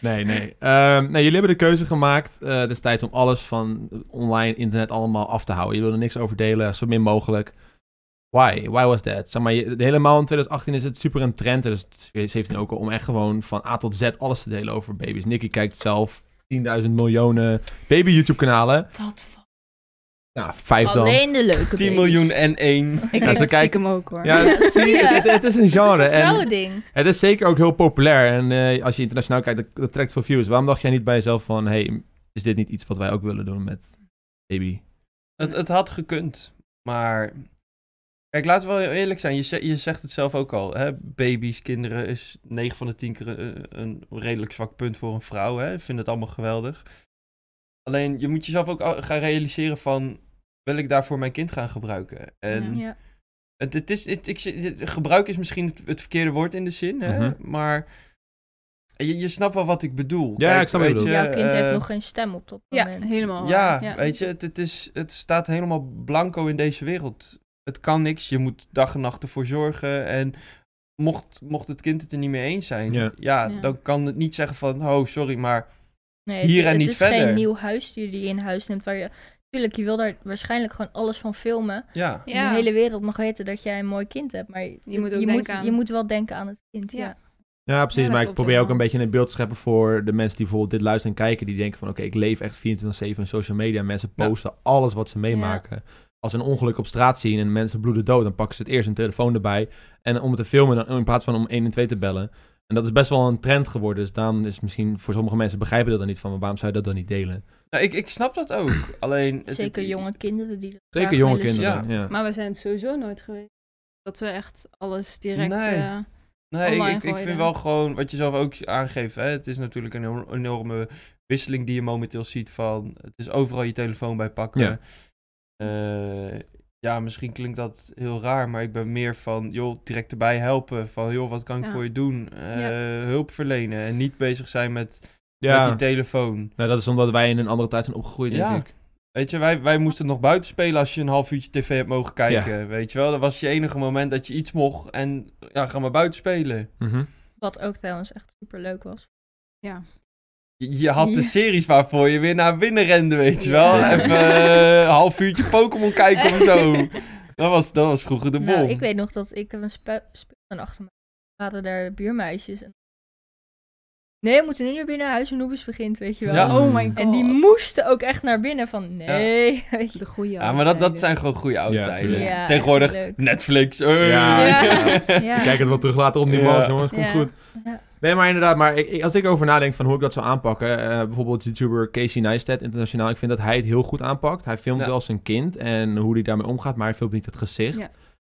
Speaker 1: Nee, nee. Ehm, nee, jullie hebben de keuze gemaakt eh destijds om alles van online internet allemaal af te houden. Je wil er niks over delen, zo min mogelijk. Why? Why was that? Zeg maar, je- helemaal in 2018 is het super een trend, 2017 ook al, om echt gewoon van A tot Z alles te delen over baby's. Nicky kijkt zelf 10.000 miljoen baby-YouTube-kanalen.
Speaker 3: Dat valt.
Speaker 1: Nou, vijf dan.
Speaker 3: Alleen de leuke
Speaker 2: 10
Speaker 3: baby's.
Speaker 2: miljoen en 1.
Speaker 4: Ik
Speaker 1: ze
Speaker 4: denk dat ik
Speaker 1: kijken-
Speaker 4: hem ook hoor.
Speaker 1: Ja, zie je, het, het is een
Speaker 3: Dat
Speaker 1: genre.
Speaker 3: is een
Speaker 1: en-
Speaker 3: vrouwending.
Speaker 1: Het is zeker ook heel populair. En eh, als je internationaal kijkt, dat, dat trekt veel views. Waarom dacht jij niet bij jezelf van... hey, is dit niet iets wat wij ook willen doen met baby?
Speaker 2: Het, het had gekund, maar... Kijk, laten we wel heel eerlijk zijn. Je, ze- je zegt het zelf ook al. Hè? Baby's, kinderen is 9 van de 10 keer een, een redelijk zwak punt voor een vrouw. Hè? Ik vind het allemaal geweldig. Alleen, je moet jezelf ook al- gaan realiseren van... Wil ik daarvoor mijn kind gaan gebruiken? En
Speaker 4: Ja.
Speaker 3: Ja.
Speaker 2: Het, het is, het, ik, zie- het- gebruik is misschien het, het verkeerde woord in de zin, hè?
Speaker 1: Mhm.
Speaker 2: maar je, je snapt wel wat ik bedoel.
Speaker 1: Ja, ik snap wat je
Speaker 2: weet
Speaker 1: bedoelt.
Speaker 3: Jouw kind heeft
Speaker 2: eh,
Speaker 3: nog geen stem op dat
Speaker 4: Oh, Ja,
Speaker 3: moment.
Speaker 4: helemaal.
Speaker 2: Ja,
Speaker 4: waar.
Speaker 2: weet je, het, het, is, het staat helemaal blanco in deze wereld. Het kan niks, je moet dag en nacht ervoor zorgen en mocht, mocht het kind het er niet mee eens zijn,
Speaker 1: Ja.
Speaker 4: Ja.
Speaker 2: dan kan het niet zeggen van, oh sorry, maar
Speaker 3: Nee, het,
Speaker 2: Hier en
Speaker 3: het
Speaker 2: niet
Speaker 3: is
Speaker 2: verder.
Speaker 3: geen nieuw huisdier die je in huis neemt. Waar je, tuurlijk, je wil daar waarschijnlijk gewoon alles van filmen.
Speaker 2: ja.
Speaker 4: Ja.
Speaker 3: De hele wereld mag weten dat jij een mooi kind hebt. Maar je,
Speaker 4: moet ook
Speaker 3: je, moet,
Speaker 4: denken aan-
Speaker 3: je moet wel denken aan het kind. Ja.
Speaker 4: Ja.
Speaker 1: Ja, precies.
Speaker 4: Ja, dat
Speaker 1: maar ik
Speaker 4: klopt
Speaker 1: probeer ook een
Speaker 4: helemaal.
Speaker 1: beetje een beeld te scheppen voor de mensen die bijvoorbeeld dit luisteren en kijken. Die denken van, oké, ik leef echt 24-7 in social media. Mensen
Speaker 2: Ja.
Speaker 1: posten alles wat ze meemaken. Als ze een ongeluk op straat zien en mensen bloeden dood, dan pakken ze het eerst hun telefoon erbij. En om het te filmen, dan, in plaats van om 1 en 2 te bellen. En dat is best wel een trend geworden. Dus daarom is het misschien voor sommige mensen begrijpen dat dan niet van. Maar waarom zou je dat dan niet delen?
Speaker 2: Nou, ik, ik snap dat ook, alleen... het-
Speaker 3: Zeker
Speaker 2: het-
Speaker 3: jonge kinderen die dat Dus
Speaker 1: Zeker
Speaker 3: graag
Speaker 1: jonge
Speaker 3: willen zien.
Speaker 1: kinderen. ja.
Speaker 4: Maar we zijn het sowieso nooit geweest. Dat we echt alles direct...
Speaker 2: Nee.
Speaker 4: eh,
Speaker 2: Nee, ik-
Speaker 4: online
Speaker 2: ik, ik,
Speaker 4: gooien.
Speaker 2: vind wel gewoon, wat je zelf ook aangeeft, hè, het is natuurlijk een enorm- enorme wisseling die je momenteel ziet van, het is overal je telefoon bij pakken.
Speaker 1: Ja.
Speaker 2: Ja. ja, misschien klinkt dat heel raar, maar ik ben meer van, joh, direct erbij helpen. Van, joh, wat kan ik
Speaker 4: Ja.
Speaker 2: voor je doen? Eh,
Speaker 4: Ja.
Speaker 2: Hulp verlenen en niet bezig zijn met, met
Speaker 1: Ja.
Speaker 2: die telefoon.
Speaker 1: Nou, dat is omdat wij in een andere tijd zijn opgegroeid, denk
Speaker 2: Ja.
Speaker 1: ik.
Speaker 2: Weet je, wij, wij moesten nog buiten spelen als je een half uurtje tv hebt mogen kijken. Weet je wel, dat was je enige moment dat je iets mocht en ja, ga maar buiten spelen.
Speaker 1: Mhm.
Speaker 3: Wat ook trouwens echt super leuk was.
Speaker 2: Je je had de
Speaker 3: Ja.
Speaker 2: series waarvoor je weer naar binnen rende, weet je wel.
Speaker 1: Ja.
Speaker 2: Even eh, een half uurtje Pokémon kijken of
Speaker 4: Oh
Speaker 2: zo. Dat was, dat was vroeger de bom.
Speaker 3: Nou, ik weet nog dat ik heb een spe- speeltuin achter me. Er waren daar buurmeisjes. En... Nee, we moeten nu naar binnen. Huis en Noobis begint, weet je wel.
Speaker 2: Ja.
Speaker 4: Oh my god.
Speaker 3: En die moesten ook ook echt naar binnen van nee. weet je.
Speaker 4: De goede
Speaker 2: ja, maar dat, dat
Speaker 4: oude
Speaker 2: zijn gewoon goede oude
Speaker 1: Ja,
Speaker 2: tijden.
Speaker 1: tuurlijk.
Speaker 3: Ja,
Speaker 2: Tegenwoordig
Speaker 3: echt leuk.
Speaker 2: Netflix. eh.
Speaker 1: Ja,
Speaker 3: Ja. Ja.
Speaker 1: Kijk het wel terug later op die
Speaker 2: Ja.
Speaker 1: markt, jongens. Komt
Speaker 3: Ja.
Speaker 1: goed.
Speaker 3: Ja.
Speaker 1: Nee, maar inderdaad. Maar ik- ik- als ik over nadenk van hoe ik dat zou aanpakken. eh, bijvoorbeeld YouTuber Casey Neistat internationaal. Ik vind dat hij het heel goed aanpakt. Hij filmt
Speaker 2: Ja.
Speaker 1: wel als een kind en hoe hij daarmee omgaat. Maar hij filmt niet het gezicht.
Speaker 4: Ja.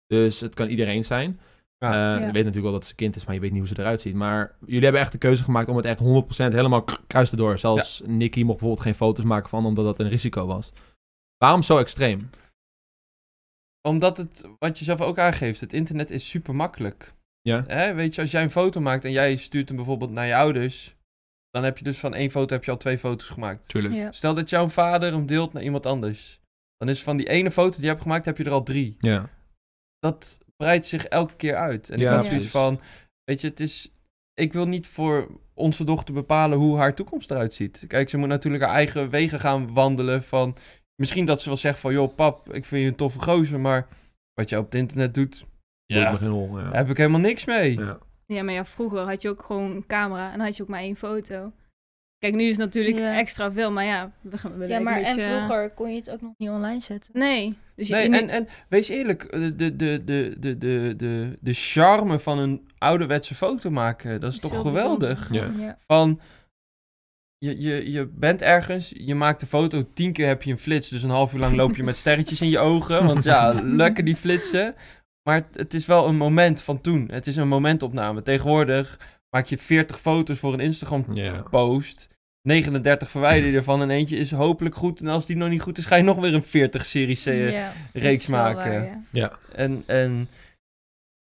Speaker 1: Dus het kan iedereen zijn. Eh
Speaker 2: Ja.
Speaker 1: Je
Speaker 4: Ja.
Speaker 1: weet natuurlijk wel dat ze kind is, maar je weet niet hoe ze eruit ziet. Maar jullie hebben echt de keuze gemaakt om het echt 100% helemaal k- kruis door. Zelfs Nicky mocht bijvoorbeeld geen foto's maken van omdat dat een risico was. Waarom zo extreem?
Speaker 2: Omdat het, wat je zelf ook aangeeft, het internet is super makkelijk.
Speaker 1: Ja.
Speaker 2: Hè, weet je, als jij een foto maakt en jij stuurt hem bijvoorbeeld naar je ouders. Dan heb je dus van één foto heb je al twee foto's gemaakt.
Speaker 1: Tuurlijk.
Speaker 3: Ja.
Speaker 2: Stel dat jouw vader hem deelt naar iemand anders. Dan is van die ene foto die je hebt gemaakt, heb je er al drie.
Speaker 1: ja.
Speaker 2: dat breidt zich elke keer uit. En
Speaker 1: Ja,
Speaker 2: ik had zoiets
Speaker 1: precies.
Speaker 2: van, weet je, het is... Ik wil niet voor onze dochter bepalen hoe haar toekomst eruit ziet. Kijk, ze moet natuurlijk haar eigen wegen gaan wandelen van... Misschien dat ze wel zegt van, joh pap, ik vind je een toffe gozer, maar wat jij op het internet doet,
Speaker 1: Boeit me
Speaker 2: ja,
Speaker 1: geen hol, ja.
Speaker 2: daar heb ik helemaal niks mee.
Speaker 1: Ja.
Speaker 4: Ja, maar ja, vroeger had je ook gewoon een camera en had je ook maar één foto. Kijk, nu is het natuurlijk
Speaker 3: Ja.
Speaker 4: extra veel, maar ja, we gaan we
Speaker 3: Ja,
Speaker 4: lijken
Speaker 3: maar
Speaker 4: een
Speaker 3: en
Speaker 4: beetje- eh,
Speaker 3: vroeger kon je het ook nog niet online zetten.
Speaker 4: Nee. Dus je,
Speaker 2: Nee,
Speaker 4: nu-
Speaker 2: en, en wees eerlijk, de, de, de, de, de, de, de, de charme van een ouderwetse foto maken, dat is,
Speaker 4: is
Speaker 2: toch
Speaker 4: heel
Speaker 2: geweldig?
Speaker 4: bijzonder.
Speaker 1: Ja.
Speaker 3: Ja.
Speaker 2: Van, je, je, je bent ergens, je maakt de foto, tien keer heb je een flits, dus een half uur lang loop je met sterretjes in je ogen, want ja, lekker die flitsen. Maar het, het is wel een moment van toen, het is een momentopname. Tegenwoordig maak je 40 foto's voor een Instagram
Speaker 1: Ja.
Speaker 2: post, 39 verwijder je ervan en eentje is hopelijk goed. En als die nog niet goed is, ga je nog weer een 40-serie
Speaker 3: Ja, dat
Speaker 2: reeks
Speaker 3: is wel waar,
Speaker 2: maken.
Speaker 3: ja.
Speaker 2: En, en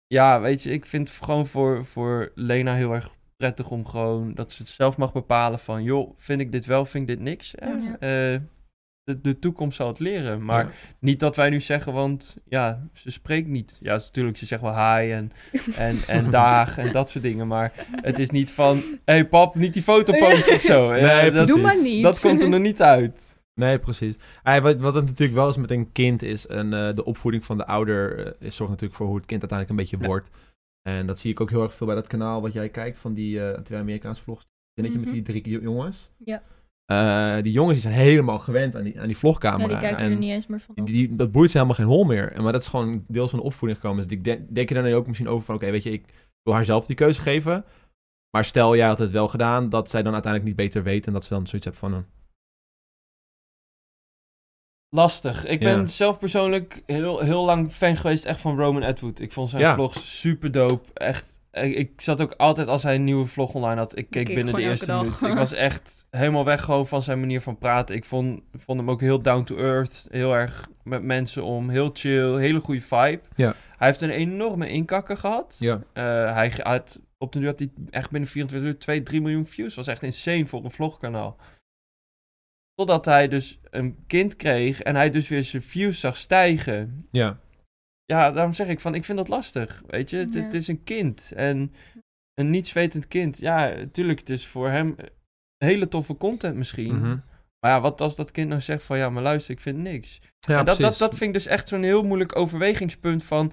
Speaker 2: ja, weet je, ik vind het gewoon voor, voor Lena heel erg prettig om gewoon dat ze het zelf mag bepalen van, joh, vind ik dit wel, vind ik dit niks. Eh,
Speaker 3: Ja.
Speaker 2: eh, de, de toekomst zal het leren. Maar
Speaker 1: Ja.
Speaker 2: niet dat wij nu zeggen, want ja, ze spreekt niet. Ja, ze- natuurlijk, ze zegt wel hi en, en, en dag en dat soort dingen. Maar het is niet van, hé hey, pap, niet die foto posten of zo.
Speaker 1: Nee,
Speaker 2: Eh, dat,
Speaker 1: precies.
Speaker 4: Doe maar niet.
Speaker 2: dat komt er nog niet uit.
Speaker 1: Nee, precies. Eh, wat, wat het natuurlijk wel is met een kind is, en eh, de opvoeding van de ouder eh, is zorgt natuurlijk voor hoe het kind uiteindelijk een beetje
Speaker 2: Ja.
Speaker 1: wordt. En dat zie ik ook heel erg veel bij dat kanaal wat jij kijkt van die eh, twee Amerikaanse vlogs. Zinnetje
Speaker 3: Mhm.
Speaker 1: met die drie jo- jongens.
Speaker 3: Ja.
Speaker 1: Eh, die jongens die zijn helemaal gewend aan die, aan die vlogcamera.
Speaker 3: Ja, die kijken
Speaker 1: en
Speaker 3: er niet eens meer van op.
Speaker 1: die, die- dat boeit ze helemaal geen hol meer. En Maar dat is gewoon deels van de opvoeding gekomen. Dus ik denk, denk je dan ook misschien over van, oké, weet je, ik wil haar zelf die keuze geven. Maar stel, jij had het wel gedaan, dat zij dan uiteindelijk niet beter weet en dat ze dan zoiets hebt van... eh, een
Speaker 2: Lastig. Ik ben
Speaker 1: Ja.
Speaker 2: zelf persoonlijk heel, heel lang fan geweest echt van Roman Atwood. Ik vond zijn
Speaker 1: Ja.
Speaker 2: vlogs super dope. Echt. eh, Ik, ik zat ook altijd als hij een nieuwe vlog online had. Ik keek
Speaker 4: keek
Speaker 2: binnen de
Speaker 4: gewoon
Speaker 2: eerste
Speaker 4: elke dag.
Speaker 2: minuut. Ik was echt helemaal weg gewoon van zijn manier van praten. Ik vond, vond hem ook heel down to earth. Heel erg met mensen om. Heel chill. Hele goede vibe.
Speaker 1: Ja.
Speaker 2: Hij heeft een enorme inkakker gehad.
Speaker 1: Ja.
Speaker 2: Eh, hij ge- had op de duur had hij echt binnen 24 uur 2, 3 miljoen views. Was echt insane voor een vlogkanaal. Totdat hij dus een kind kreeg en hij dus weer zijn views zag stijgen.
Speaker 1: ja.
Speaker 2: Ja, daarom zeg ik van, ik vind dat lastig, weet je. Het,
Speaker 3: Ja.
Speaker 2: het is een kind en een nietswetend kind. Ja, tuurlijk, het is voor hem eh, hele toffe content misschien.
Speaker 1: Mhm.
Speaker 2: Maar ja, wat als dat kind nou zegt van, ja, maar luister, ik vind niks.
Speaker 1: Ja,
Speaker 2: en dat, dat,
Speaker 1: precies.
Speaker 2: dat vind ik dus echt zo'n heel moeilijk overwegingspunt van...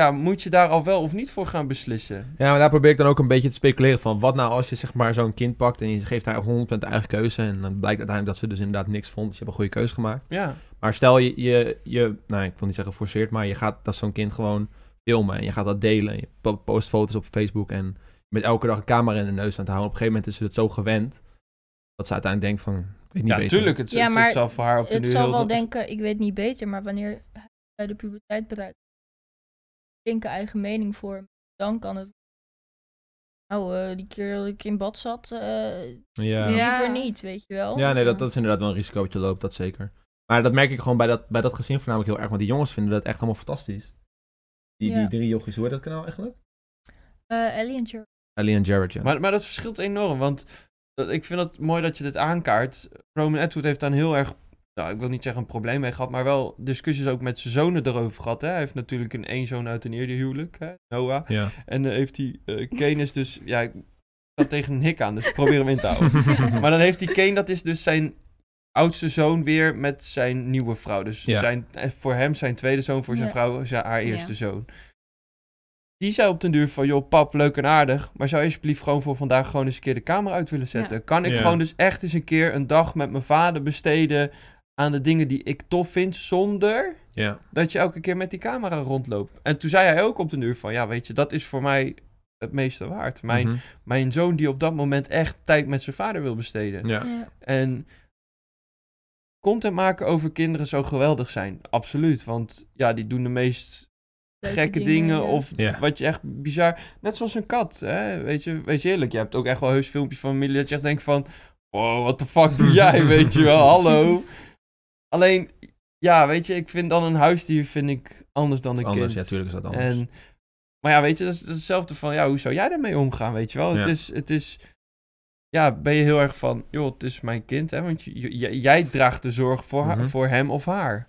Speaker 2: Ja, moet je daar al wel of niet voor gaan beslissen?
Speaker 1: Ja, maar daar probeer ik dan ook een beetje te speculeren van wat nou als je zeg maar zo'n kind pakt en je geeft haar 100% de eigen keuze en dan blijkt uiteindelijk dat ze dus inderdaad niks vond, dus je hebt een goede keuze gemaakt.
Speaker 2: Ja.
Speaker 1: Maar stel je, je, je nou ik wil niet zeggen forceert, maar je gaat dat zo'n kind gewoon filmen en je gaat dat delen en je po- post foto's op Facebook en met elke dag een camera in de neus aan het houden. Op een gegeven moment is ze het zo gewend dat ze uiteindelijk denkt van, ik weet niet
Speaker 2: Ja,
Speaker 1: beter.
Speaker 2: tuurlijk. Het,
Speaker 3: Ja,
Speaker 2: het, het
Speaker 3: maar
Speaker 2: zal voor haar op de
Speaker 3: het
Speaker 2: duur
Speaker 3: zal
Speaker 2: heel
Speaker 3: wel
Speaker 2: do-
Speaker 1: dus-
Speaker 3: denken, ik weet niet beter, maar wanneer hij bij de puberteit bereikt, denken eigen mening voor, dan kan het. Nou, eh, die keer dat ik in bad zat, eh
Speaker 1: Ja.
Speaker 4: Ja.
Speaker 3: liever niet, weet je wel.
Speaker 1: Ja, nee, dat, dat is inderdaad wel een risico dat je loopt, dat zeker. Maar dat merk ik gewoon bij dat, bij dat gezin voornamelijk heel erg, want die jongens vinden dat echt allemaal fantastisch. Die,
Speaker 3: Ja.
Speaker 1: die drie jochies, hoe heet dat kanaal eigenlijk?
Speaker 3: Eh, Ellie en Jerry.
Speaker 1: Ellie en Jared, ja.
Speaker 2: Maar, maar dat verschilt enorm, want dat, ik vind het mooi dat je dit aankaart. Roman Atwood heeft daar een heel erg, nou, ik wil niet zeggen een probleem mee gehad, maar wel discussies ook met zijn zonen erover gehad. Hè? Hij heeft natuurlijk een één zoon uit een eerder huwelijk, hè? Noah.
Speaker 1: ja.
Speaker 2: En eh, heeft hij eh Kane is dus, ja, ik zat tegen een hik aan, dus ik probeer hem in te houden. Maar dan heeft die Kane, dat is dus zijn oudste zoon weer met zijn nieuwe vrouw. Dus
Speaker 1: Ja.
Speaker 2: zijn, eh, voor hem zijn tweede zoon, voor zijn
Speaker 3: Ja.
Speaker 2: vrouw zijn, haar eerste
Speaker 4: Ja.
Speaker 2: zoon. Die zei op den duur van, joh pap, leuk en aardig, maar zou je alsjeblieft gewoon voor vandaag gewoon eens een keer de camera uit willen zetten? Kan ik
Speaker 1: Ja.
Speaker 2: gewoon dus echt eens een keer een dag met mijn vader besteden aan de dingen die ik tof vind, zonder
Speaker 1: ja.
Speaker 2: dat je elke keer met die camera rondloopt. En toen zei hij ook op de uur van, ja weet je, dat is voor mij het meeste waard. Mijn,
Speaker 1: Mhm.
Speaker 2: mijn zoon die op dat moment echt tijd met zijn vader wil besteden.
Speaker 1: ja.
Speaker 2: En content maken over kinderen zou geweldig zijn, absoluut. Want ja, die doen de meest
Speaker 3: Leuke
Speaker 2: gekke dingen,
Speaker 3: ja.
Speaker 2: of
Speaker 1: Ja.
Speaker 2: wat je echt bizar... Net zoals een kat, hè? Weet je, wees eerlijk, je hebt ook echt wel heus filmpjes van familie dat je echt denkt van... Wow, wat de fuck doe jij, weet je wel, hallo. Alleen, ja, weet je, ik vind dan een huisdier vind ik anders dan een
Speaker 1: Anders,
Speaker 2: kind.
Speaker 1: ja, natuurlijk is dat anders.
Speaker 2: En, maar ja, weet je, dat is, dat is hetzelfde van, ja, hoe zou jij daarmee omgaan, weet je wel?
Speaker 1: Ja.
Speaker 2: Het is, het is, ja, ben je heel erg van, joh, het is mijn kind, hè? Want je, je- jij- jij draagt de zorg voor, haar-
Speaker 1: Mhm.
Speaker 2: voor hem of haar.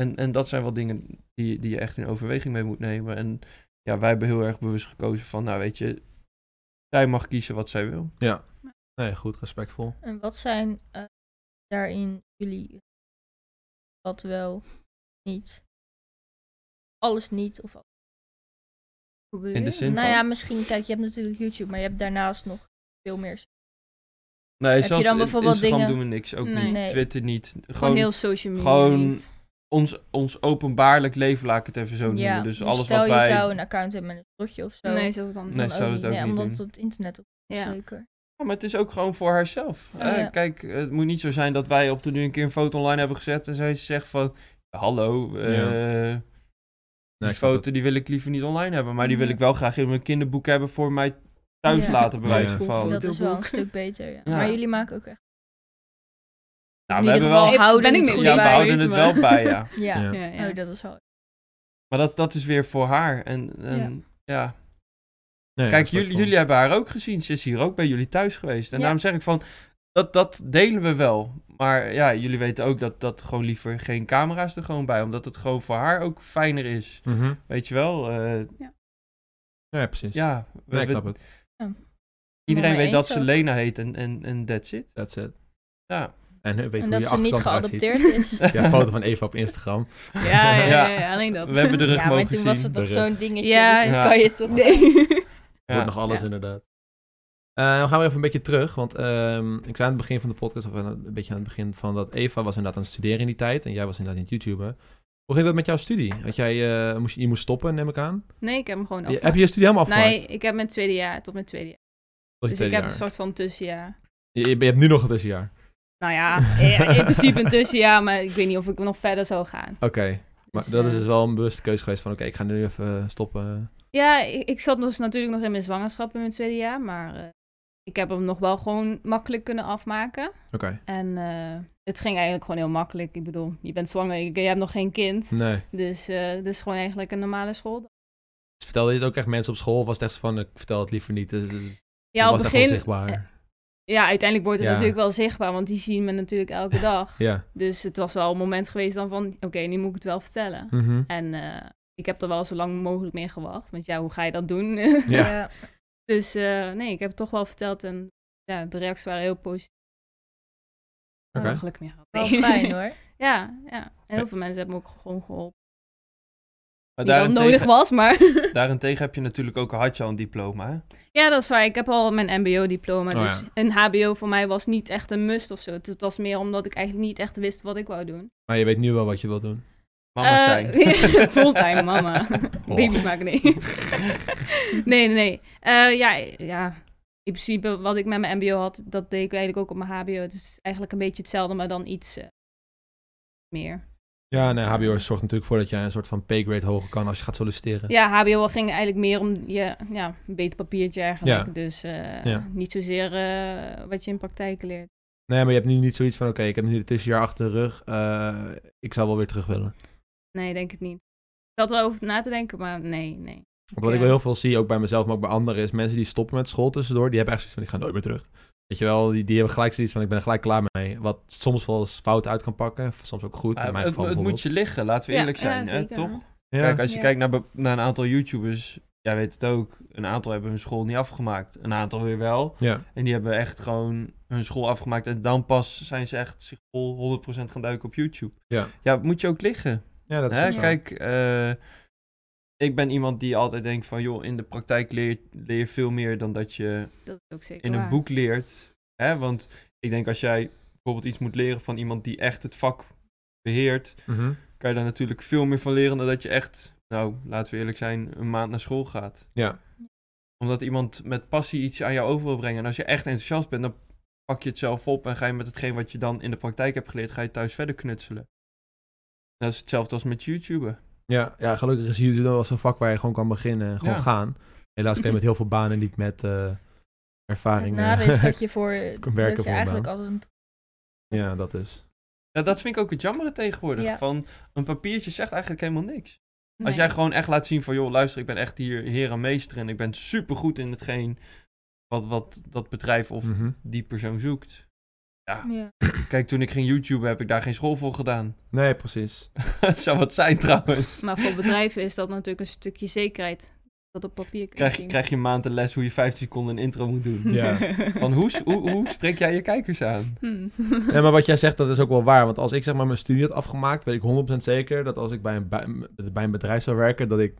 Speaker 2: En, en dat zijn wel dingen die, die je echt in overweging mee moet nemen. En ja, wij hebben heel erg bewust gekozen van, nou, weet je, zij mag kiezen wat zij wil.
Speaker 1: Nee, goed, respectvol.
Speaker 3: En wat zijn eh, daarin jullie wat wel niet? Alles niet of
Speaker 4: Hoe bedoel
Speaker 2: In de
Speaker 4: je?
Speaker 2: zin
Speaker 3: Nou
Speaker 2: van-
Speaker 3: ja, misschien, kijk, je hebt natuurlijk YouTube, maar je hebt daarnaast nog veel meer.
Speaker 2: Nee,
Speaker 3: je
Speaker 2: zelfs
Speaker 3: dan
Speaker 2: in-
Speaker 3: bijvoorbeeld
Speaker 2: Instagram
Speaker 3: dingen-
Speaker 2: doen we niks. Ook
Speaker 4: Nee.
Speaker 2: niet.
Speaker 3: Nee.
Speaker 2: Twitter niet.
Speaker 4: Gewoon
Speaker 2: Gewoon
Speaker 4: heel social media.
Speaker 2: gewoon-
Speaker 4: niet.
Speaker 2: ons, ons openbaarlijk leven, laat ik het even zo
Speaker 3: ja,
Speaker 2: noemen. Dus alles
Speaker 3: stel
Speaker 2: wat
Speaker 3: je
Speaker 2: wij...
Speaker 3: zou een account hebben met een blogje of zo.
Speaker 4: Nee, zo dan.
Speaker 2: Nee,
Speaker 3: dan
Speaker 2: zou dat ook
Speaker 3: nee,
Speaker 2: niet
Speaker 3: Omdat
Speaker 2: doen. Oh,
Speaker 3: het op het internet op
Speaker 4: Ja.
Speaker 3: zeker.
Speaker 2: Ja, maar het is ook gewoon voor haarzelf.
Speaker 3: Ja,
Speaker 2: Eh,
Speaker 3: ja.
Speaker 2: Kijk, het moet niet zo zijn dat wij op de nu een keer een foto online hebben gezet en zij zegt van... Hallo, eh,
Speaker 1: Nee,
Speaker 2: die
Speaker 1: ik snap
Speaker 2: foto die wil ik liever niet online hebben. Maar die wil
Speaker 3: Ja.
Speaker 2: ik wel graag in mijn kinderboek hebben voor mij thuis
Speaker 3: Ja.
Speaker 2: laten, bij
Speaker 1: Ja.
Speaker 2: wijze
Speaker 1: Dat
Speaker 2: van. Nou,
Speaker 4: voelt-
Speaker 3: Dat is wel een
Speaker 4: Fotoboek.
Speaker 3: stuk beter, ja.
Speaker 2: Ja.
Speaker 3: Maar jullie maken ook echt...
Speaker 2: Nou,
Speaker 3: in
Speaker 2: we
Speaker 3: ieder
Speaker 2: hebben
Speaker 3: geval
Speaker 2: wel...
Speaker 4: Even-
Speaker 3: houden
Speaker 4: ben ik
Speaker 3: het
Speaker 4: mee
Speaker 3: goed
Speaker 4: eens,
Speaker 2: Ja, we
Speaker 3: bij.
Speaker 2: houden het
Speaker 4: maar-
Speaker 2: wel bij, ja.
Speaker 1: Ja.
Speaker 3: Ja.
Speaker 4: Ja, ja.
Speaker 3: Oh, dat is wel...
Speaker 2: Maar dat, dat is weer voor haar. En, en ja.
Speaker 1: Nee,
Speaker 2: Kijk,
Speaker 1: respectvol.
Speaker 2: jullie, jullie hebben haar ook gezien. Ze is hier ook bij jullie thuis geweest. En
Speaker 3: Ja.
Speaker 2: daarom zeg ik van, dat, dat delen we wel. Maar ja, jullie weten ook dat, dat gewoon liever geen camera's er gewoon bij. Omdat het gewoon voor haar ook fijner is.
Speaker 1: Mhm.
Speaker 2: Weet je wel? Eh,
Speaker 1: Ja, precies.
Speaker 2: ja, we-
Speaker 1: Dus- nee, ik
Speaker 2: we-
Speaker 1: snap het.
Speaker 2: iedereen
Speaker 3: Maar
Speaker 2: weet
Speaker 3: eens
Speaker 2: dat ze
Speaker 3: ook.
Speaker 2: Lena heet en, en, en that's it.
Speaker 1: That's it.
Speaker 2: Ja.
Speaker 1: En eh, weet
Speaker 3: En
Speaker 1: hoe
Speaker 3: dat
Speaker 1: je
Speaker 3: ze niet
Speaker 1: achterkant eruit ziet.
Speaker 3: geadopteerd is.
Speaker 1: Ja, een foto van Eva op Instagram.
Speaker 4: Ja, ja,
Speaker 2: Ja.
Speaker 4: ja, ja, alleen dat.
Speaker 2: We hebben de rug
Speaker 3: Ja, maar
Speaker 2: mogen
Speaker 3: toen
Speaker 2: zien.
Speaker 3: was het nog
Speaker 1: De rug.
Speaker 3: zo'n dingetje,
Speaker 4: Ja,
Speaker 3: dus dat
Speaker 2: ja.
Speaker 3: kan je toch...
Speaker 4: Nee.
Speaker 2: Ja.
Speaker 1: Wordt nog alles
Speaker 4: Ja.
Speaker 1: inderdaad. Eh, we gaan weer even een beetje terug, want ehm, ik zei aan het begin van de podcast, of aan het- een beetje aan het begin van dat Eva was inderdaad aan het studeren in die tijd en jij was inderdaad aan het YouTuben. Hoe ging dat met jouw studie? Want jij eh, moest, je moest stoppen, neem ik aan.
Speaker 4: Nee, ik heb hem gewoon
Speaker 1: Je-
Speaker 4: afgemaakt.
Speaker 1: heb je je studie helemaal afgemaakt?
Speaker 4: Nee, ik heb mijn tweede jaar tot mijn tweede jaar.
Speaker 1: Tot je
Speaker 4: Dus ik
Speaker 1: tweede
Speaker 4: heb
Speaker 1: jaar.
Speaker 4: een soort van tussenjaar.
Speaker 1: je, je- je hebt nu nog het tussenjaar.
Speaker 4: Nou ja, in in principe een tussenjaar, maar ik weet niet of ik nog verder zou gaan.
Speaker 1: Oké, maar
Speaker 4: Dus,
Speaker 1: dat is
Speaker 4: eh,
Speaker 1: dus wel een bewuste keuze geweest van oké, ik ga nu even eh, stoppen.
Speaker 4: Ja, ik, ik zat dus natuurlijk nog in mijn zwangerschap in mijn tweede jaar, maar eh, ik heb hem nog wel gewoon makkelijk kunnen afmaken.
Speaker 1: Oké,
Speaker 4: En eh, het ging eigenlijk gewoon heel makkelijk. Ik bedoel, je bent zwanger, je, je hebt nog geen kind.
Speaker 1: nee.
Speaker 4: Dus eh dit is gewoon eigenlijk een normale school.
Speaker 1: Dus vertelde je het ook echt mensen op school? Of was het echt zo van ik vertel het liever niet? Dus,
Speaker 4: Ja, op
Speaker 1: was
Speaker 4: het
Speaker 1: het echt wel
Speaker 4: begin.
Speaker 1: zichtbaar.
Speaker 4: Ja, uiteindelijk wordt het
Speaker 1: Ja.
Speaker 4: natuurlijk wel zichtbaar, want die zien me natuurlijk elke dag.
Speaker 1: Ja.
Speaker 4: Dus het was wel een moment geweest dan van, oké, nu moet ik het wel vertellen.
Speaker 1: Mhm.
Speaker 4: En eh, ik heb er wel zo lang mogelijk mee gewacht, want ja, hoe ga je dat doen?
Speaker 1: Ja.
Speaker 3: Ja.
Speaker 4: dus eh, nee, ik heb het toch wel verteld en ja, de reacties waren heel positief.
Speaker 1: Oké.
Speaker 4: Okay. Gelukkig meer gehad.
Speaker 3: Wel
Speaker 4: Nee.
Speaker 3: fijn hoor.
Speaker 4: ja, ja. En heel veel mensen hebben me ook gewoon geholpen.
Speaker 2: Maar
Speaker 4: Die wel nodig
Speaker 2: daarentegen,
Speaker 4: was, maar...
Speaker 2: daarentegen heb je natuurlijk ook, had je al een diploma, hè?
Speaker 4: ja, dat is waar. Ik heb al mijn mbo-diploma,
Speaker 1: Oh,
Speaker 4: dus
Speaker 1: ja.
Speaker 4: een hbo voor mij was niet echt een must of zo. Het het was meer omdat ik eigenlijk niet echt wist wat ik wou doen.
Speaker 1: Maar je weet nu wel wat je wil doen.
Speaker 2: Mama
Speaker 4: Eh,
Speaker 2: zijn. Oh.
Speaker 4: fulltime mama. Baby's maken, nee. nee, nee, nee. Eh, ja, ja, in principe wat ik met mijn mbo had, dat deed ik eigenlijk ook op mijn hbo. Het is eigenlijk een beetje hetzelfde, maar dan iets eh, meer.
Speaker 1: Ja, nee, HBO zorgt natuurlijk voor dat jij een soort van paygrade hoger kan als je gaat solliciteren.
Speaker 4: Ja, hbo ging eigenlijk meer om je, ja, een beter papiertje eigenlijk. Dus eh,
Speaker 1: Ja.
Speaker 4: niet zozeer eh, wat je in praktijk leert.
Speaker 1: Nee, maar je hebt nu niet zoiets van, oké, ik heb nu het tussenjaar achter de rug. eh, ik zou wel weer terug willen.
Speaker 4: Nee, denk het niet. Ik had wel over na te denken, maar nee, nee.
Speaker 1: Want wat ik wel heel veel zie, ook bij mezelf, maar ook bij anderen, is mensen die stoppen met school tussendoor, die hebben echt zoiets van, ik ga nooit meer terug. Weet je wel, die, die hebben gelijk zoiets van, ik ben er gelijk klaar mee. Wat soms wel eens fout uit kan pakken, soms ook goed.
Speaker 2: Maar
Speaker 1: in mijn
Speaker 2: het,
Speaker 1: geval
Speaker 2: het moet
Speaker 1: bijvoorbeeld.
Speaker 2: je liggen, laten we
Speaker 4: Ja,
Speaker 2: eerlijk
Speaker 4: ja,
Speaker 2: zijn, hè?
Speaker 4: zeker.
Speaker 2: Toch?
Speaker 1: Ja.
Speaker 2: Kijk, als je
Speaker 4: Ja.
Speaker 2: kijkt naar, be- naar een aantal YouTubers, jij weet het ook, een aantal hebben hun school niet afgemaakt. Een aantal weer wel.
Speaker 1: ja.
Speaker 2: En die hebben echt gewoon hun school afgemaakt. En dan pas zijn ze echt zich vol 100% gaan duiken op YouTube.
Speaker 1: Ja.
Speaker 2: ja het moet je ook liggen.
Speaker 1: ja, dat is
Speaker 2: hè?
Speaker 1: ook zo.
Speaker 2: Kijk, eh, ik ben iemand die altijd denkt van, joh, in de praktijk leer, je- leer je veel meer dan dat je
Speaker 4: Dat is ook zeker
Speaker 2: in een
Speaker 4: waar.
Speaker 2: boek leert. Hè? Want ik denk als jij bijvoorbeeld iets moet leren van iemand die echt het vak beheert,
Speaker 1: Mhm.
Speaker 2: kan je daar natuurlijk veel meer van leren dan dat je echt, nou, laten we eerlijk zijn, een maand naar school gaat.
Speaker 1: Ja.
Speaker 2: Omdat iemand met passie iets aan jou over wil brengen. En als je echt enthousiast bent, dan pak je het zelf op en ga je met hetgeen wat je dan in de praktijk hebt geleerd, ga je thuis verder knutselen. Dat is hetzelfde als met YouTuber.
Speaker 1: Ja, ja, gelukkig is YouTube dan wel zo'n vak waar je gewoon kan beginnen en gewoon
Speaker 2: Ja.
Speaker 1: gaan. Helaas kan je met heel veel banen niet met eh,
Speaker 3: Het
Speaker 1: ervaring.
Speaker 3: nadeel
Speaker 1: eh,
Speaker 3: is dat je voor... dat
Speaker 1: werken
Speaker 3: je
Speaker 1: voor een
Speaker 3: eigenlijk
Speaker 1: baan.
Speaker 3: altijd een...
Speaker 1: Ja, dat is.
Speaker 2: Ja, dat vind ik ook het jammere tegenwoordig.
Speaker 3: Ja.
Speaker 2: Van een papiertje zegt eigenlijk helemaal niks.
Speaker 4: Nee.
Speaker 2: Als jij gewoon echt laat zien van, joh, luister, ik ben echt hier heer en meester en ik ben supergoed in hetgeen wat, wat dat bedrijf of
Speaker 1: Mhm.
Speaker 2: die persoon zoekt.
Speaker 3: Ja.
Speaker 2: Kijk, toen ik ging YouTube heb ik daar geen school voor gedaan.
Speaker 1: Nee, precies.
Speaker 2: Dat zou wat zijn trouwens.
Speaker 4: Maar voor bedrijven is dat natuurlijk een stukje zekerheid. Dat op papier kun
Speaker 2: Krijg, je-
Speaker 4: zien.
Speaker 2: krijg je een maand een les hoe je 15 seconden een intro moet doen.
Speaker 1: Ja.
Speaker 2: Van hoe, s- hoe, hoe spreek jij je kijkers aan?
Speaker 4: Hmm.
Speaker 1: Ja, maar wat jij zegt, dat is ook wel waar. Want als ik zeg maar mijn studie had afgemaakt, weet ik 100% zeker dat als ik bij een, bij, bij een bedrijf zou werken, dat ik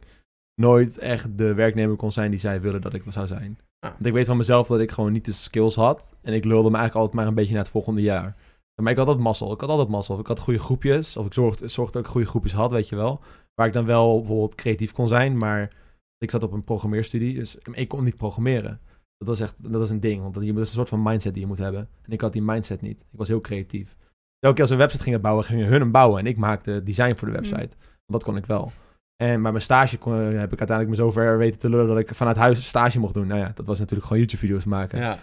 Speaker 1: nooit echt de werknemer kon zijn die zij willen dat ik zou zijn.
Speaker 2: Ah.
Speaker 1: Want ik weet van mezelf dat ik gewoon niet de skills had. En ik lulde me eigenlijk altijd maar een beetje naar het volgende jaar. Maar ik had altijd mazzel. Ik had altijd mazzel. Ik had goede groepjes. Of ik zorgde, zorgde dat ik goede groepjes had, weet je wel. Waar ik dan wel bijvoorbeeld creatief kon zijn. Maar ik zat op een programmeerstudie. Dus ik kon niet programmeren. Dat was echt dat was een ding. Want dat je- dat is een soort van mindset die je moet hebben. En ik had die mindset niet. Ik was heel creatief. Elke keer als we een website gingen bouwen, gingen hun hem bouwen. En ik maakte het design voor de
Speaker 4: Mm.
Speaker 1: website. Want dat kon ik wel. En bij mijn stage kon, heb ik uiteindelijk me zover weten te lullen dat ik vanuit huis stage mocht doen. Nou ja, dat was natuurlijk gewoon YouTube-video's maken.
Speaker 2: Ja.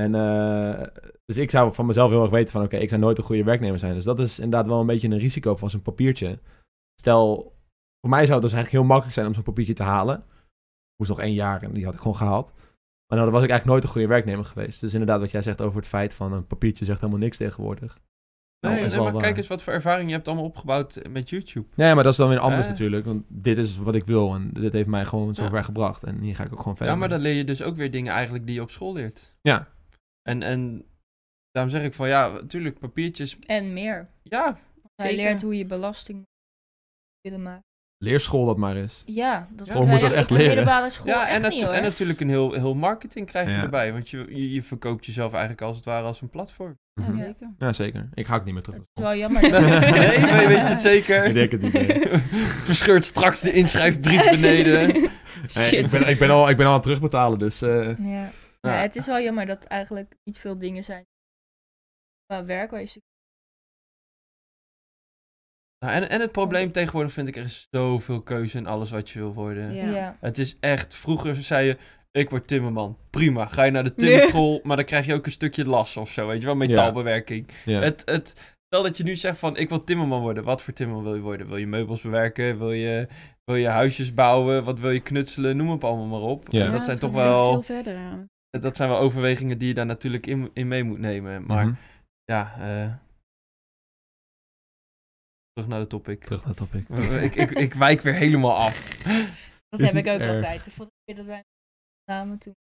Speaker 1: En, eh, dus ik zou van mezelf heel erg weten van, oké, ik zou nooit een goede werknemer zijn. Dus dat is inderdaad wel een beetje een risico van zo'n papiertje. Stel, voor mij zou het dus eigenlijk heel makkelijk zijn om zo'n papiertje te halen. Moest nog één jaar en die had ik gewoon gehaald. Maar nou, dan was ik eigenlijk nooit een goede werknemer geweest. Dus inderdaad wat jij zegt over het feit van een papiertje zegt helemaal niks tegenwoordig. Nou,
Speaker 2: Nee,
Speaker 1: is
Speaker 2: nee,
Speaker 1: wel
Speaker 2: maar
Speaker 1: waar.
Speaker 2: kijk eens wat voor ervaring je hebt allemaal opgebouwd eh, met YouTube.
Speaker 1: Nee, maar dat is dan weer anders
Speaker 2: Eh.
Speaker 1: natuurlijk. Want dit is wat ik wil en dit heeft mij gewoon zover
Speaker 2: Ja.
Speaker 1: gebracht. En hier ga ik ook gewoon verder.
Speaker 2: Ja, maar
Speaker 1: mee.
Speaker 2: dan leer je dus ook weer dingen eigenlijk die je op school leert.
Speaker 1: Ja.
Speaker 2: En, en daarom zeg ik van ja, natuurlijk, papiertjes.
Speaker 3: En meer.
Speaker 2: Ja,
Speaker 3: Hij
Speaker 4: Zeker.
Speaker 3: leert hoe je belasting willen maken.
Speaker 1: Leer school dat maar eens.
Speaker 3: Ja, dat
Speaker 2: Gewoon
Speaker 1: moet
Speaker 3: wij
Speaker 1: dat echt
Speaker 3: op de
Speaker 1: leren.
Speaker 3: middelbare school
Speaker 2: ja en,
Speaker 3: echt niet
Speaker 2: natu-
Speaker 3: hoor.
Speaker 2: en natuurlijk een heel, heel marketing krijg je
Speaker 1: Ja.
Speaker 2: erbij. Want je, je, je verkoopt jezelf eigenlijk als het ware als een platform.
Speaker 4: Ja,
Speaker 1: Mhm.
Speaker 4: zeker.
Speaker 1: Ja, zeker. Ik haak niet meer terug.
Speaker 3: Dat is wel jammer.
Speaker 2: nee, maar je weet het
Speaker 1: Ik
Speaker 2: zeker.
Speaker 1: denk het niet meer.
Speaker 2: Verscheurt straks de inschrijfbrief beneden.
Speaker 1: Nee,
Speaker 4: Shit.
Speaker 1: ik, ben, ik, ben al, ik ben al aan het terugbetalen, dus... eh,
Speaker 3: Ja.
Speaker 2: Ja.
Speaker 3: Ja, het is wel jammer dat eigenlijk niet veel dingen zijn qua werk waar je succes-
Speaker 2: Nou, en, en het probleem tegenwoordig vind ik, er is zoveel keuze in alles wat je wil worden.
Speaker 4: Ja.
Speaker 3: Ja.
Speaker 2: Het is echt, vroeger zei je, ik word timmerman. Prima, ga je naar de timmerschool, maar dan krijg je ook een stukje las of zo, weet je wel, metaalbewerking.
Speaker 1: ja.
Speaker 2: Het, het, stel dat je nu zegt van, ik wil timmerman worden. Wat voor timmerman wil je worden? Wil je meubels bewerken? Wil je, wil je huisjes bouwen? Wat wil je knutselen? Noem het allemaal maar op.
Speaker 1: Ja.
Speaker 2: En
Speaker 1: Ja,
Speaker 2: dat zijn
Speaker 4: het
Speaker 2: toch
Speaker 4: gaat steeds
Speaker 2: wel,
Speaker 4: veel verder aan.
Speaker 2: dat zijn wel overwegingen die je daar natuurlijk in, in mee moet nemen. Maar
Speaker 1: Mhm.
Speaker 2: ja, eh, terug naar de topic.
Speaker 1: Terug naar het topic.
Speaker 2: Eh, ik, ik, ik wijk weer helemaal af.
Speaker 3: Dat
Speaker 1: Is
Speaker 3: heb ik
Speaker 1: niet
Speaker 3: ook
Speaker 1: erg.
Speaker 3: altijd. De vorige keer dat wij namen toen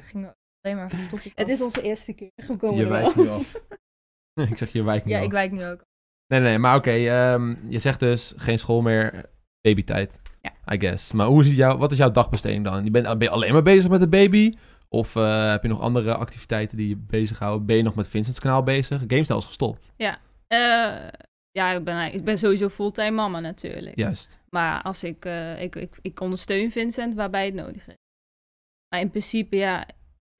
Speaker 3: gingen we alleen maar van topic
Speaker 4: Het
Speaker 3: af.
Speaker 4: is onze eerste keer. We komen
Speaker 1: Je
Speaker 4: er wel.
Speaker 1: wijkt nu af. ik zeg, je wijk niet
Speaker 3: Ja,
Speaker 1: af.
Speaker 3: ik wijk nu ook.
Speaker 1: Nee, nee, nee, maar oké. ehm, je zegt dus, geen school meer, babytijd.
Speaker 4: Ja.
Speaker 1: I guess. Maar hoe is jou, wat is jouw dagbesteding dan? Je bent, ben je alleen maar bezig met de baby? Of eh, heb je nog andere activiteiten die je bezighouden? Ben je nog met Vincent's kanaal bezig? GameStyle is gestopt.
Speaker 4: Eh, ja, ik ben, eigenlijk- ik ben sowieso fulltime mama natuurlijk.
Speaker 1: Juist.
Speaker 4: Maar als ik, eh, ik, ik, ik ondersteun Vincent waarbij het nodig is. Maar in principe, ja,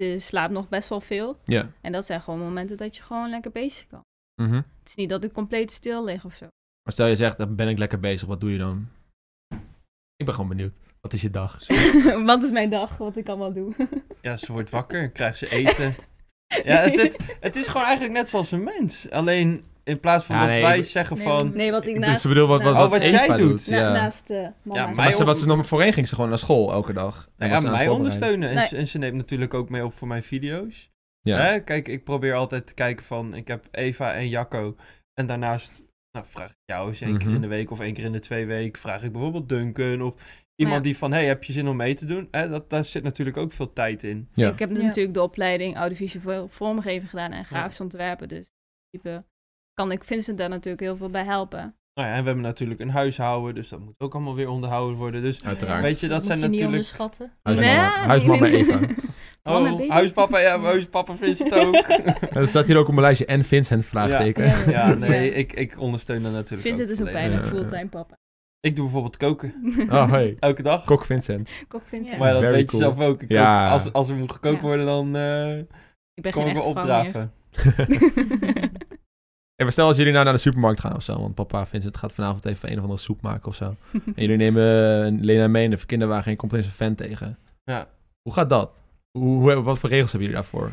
Speaker 4: ze slaapt nog best wel veel.
Speaker 1: Ja.
Speaker 4: En dat zijn gewoon momenten dat je gewoon lekker bezig kan.
Speaker 1: Mhm.
Speaker 4: Het is niet dat ik compleet stil lig of zo.
Speaker 1: Maar stel je zegt, dan ben ik lekker bezig. Wat doe je dan? Ik ben gewoon benieuwd. Wat is je dag?
Speaker 4: Wat is mijn dag, wat ik allemaal doe?
Speaker 2: Ja, ze wordt wakker, krijgt ze eten. Ja, het, het, het is gewoon eigenlijk net zoals een mens. Alleen in plaats van
Speaker 1: Ja,
Speaker 2: dat
Speaker 1: nee,
Speaker 2: wij
Speaker 1: ik-
Speaker 2: zeggen
Speaker 3: nee,
Speaker 2: van... nou
Speaker 4: Nee, wat ik
Speaker 1: Dus
Speaker 4: naast...
Speaker 1: ik bedoel, wat, wat,
Speaker 4: na-
Speaker 2: Oh,
Speaker 1: wat
Speaker 2: wat jij
Speaker 1: Eva
Speaker 2: doet.
Speaker 1: doet.
Speaker 4: na-
Speaker 1: ja.
Speaker 4: Naast eh, mama.
Speaker 2: Ja,
Speaker 1: Maar
Speaker 2: mij
Speaker 1: ze,
Speaker 2: op-
Speaker 1: wat ze dan voorheen ging ze gewoon naar school elke dag. En
Speaker 2: Nou
Speaker 1: was ze
Speaker 2: ja,
Speaker 1: aan het
Speaker 2: mij
Speaker 1: voorbereiden.
Speaker 2: ondersteunen. En,
Speaker 4: Nee.
Speaker 2: ze, en ze neemt natuurlijk ook mee op voor mijn video's.
Speaker 1: Ja.
Speaker 2: Hè? Kijk, ik probeer altijd te kijken van... Ik heb Eva en Jacco. En daarnaast nou, vraag ik jou eens één keer
Speaker 1: Mhm.
Speaker 2: in de week of één keer in de twee weken. Vraag ik bijvoorbeeld Duncan of iemand die van... Hé, hey, heb je zin om mee te doen? Hè? Dat, daar zit natuurlijk ook veel tijd in.
Speaker 1: Ja.
Speaker 4: Ik heb
Speaker 3: Ja.
Speaker 4: natuurlijk de opleiding audiovisueel vormgeven gedaan en grafisch ontwerpen. Dus in principe kan ik Vincent daar natuurlijk heel veel bij helpen.
Speaker 2: Nou ja, en we hebben natuurlijk een huishouden. Dus dat moet ook allemaal weer onderhouden worden. Dus
Speaker 1: Uiteraard.
Speaker 2: weet je, dat
Speaker 3: moet
Speaker 2: zijn
Speaker 3: je
Speaker 2: natuurlijk...
Speaker 3: niet
Speaker 4: dus
Speaker 3: onderschatten.
Speaker 1: Huismama, huismama Eva.
Speaker 4: Van een
Speaker 2: Oh,
Speaker 4: baby.
Speaker 2: huispapa, ja, maar huispapa vindt het ook.
Speaker 1: Er staat hier ook op mijn lijstje en Vincent vraagteken.
Speaker 3: Ja.
Speaker 2: ja, nee, ik, ik ondersteun dat natuurlijk
Speaker 4: Vincent
Speaker 2: ook
Speaker 4: is ook
Speaker 2: volledig.
Speaker 1: bijna
Speaker 4: bijna
Speaker 1: Ja.
Speaker 4: fulltime papa.
Speaker 2: Ik doe bijvoorbeeld koken,
Speaker 1: Oh, hey.
Speaker 2: elke dag.
Speaker 1: Kok Vincent.
Speaker 4: Kok Vincent.
Speaker 3: Ja.
Speaker 2: maar ja, dat
Speaker 1: Very
Speaker 2: weet
Speaker 1: cool.
Speaker 2: je zelf ook. Ik
Speaker 1: Ja.
Speaker 2: kook- als, als er moet gekookt
Speaker 4: Ja.
Speaker 2: worden, dan eh,
Speaker 4: Ik ben
Speaker 2: kom
Speaker 4: geen
Speaker 2: ik wel
Speaker 4: echte vrouw
Speaker 2: opdraven.
Speaker 4: meer.
Speaker 1: En maar stel als jullie nou naar de supermarkt gaan of zo, want papa Vincent gaat vanavond even een of andere soep maken of zo. En jullie nemen eh, Lena mee in de kinderwagen en je komt ineens een fan tegen.
Speaker 2: Ja.
Speaker 1: Hoe gaat dat? Hoe, hoe- wat voor regels hebben jullie daarvoor?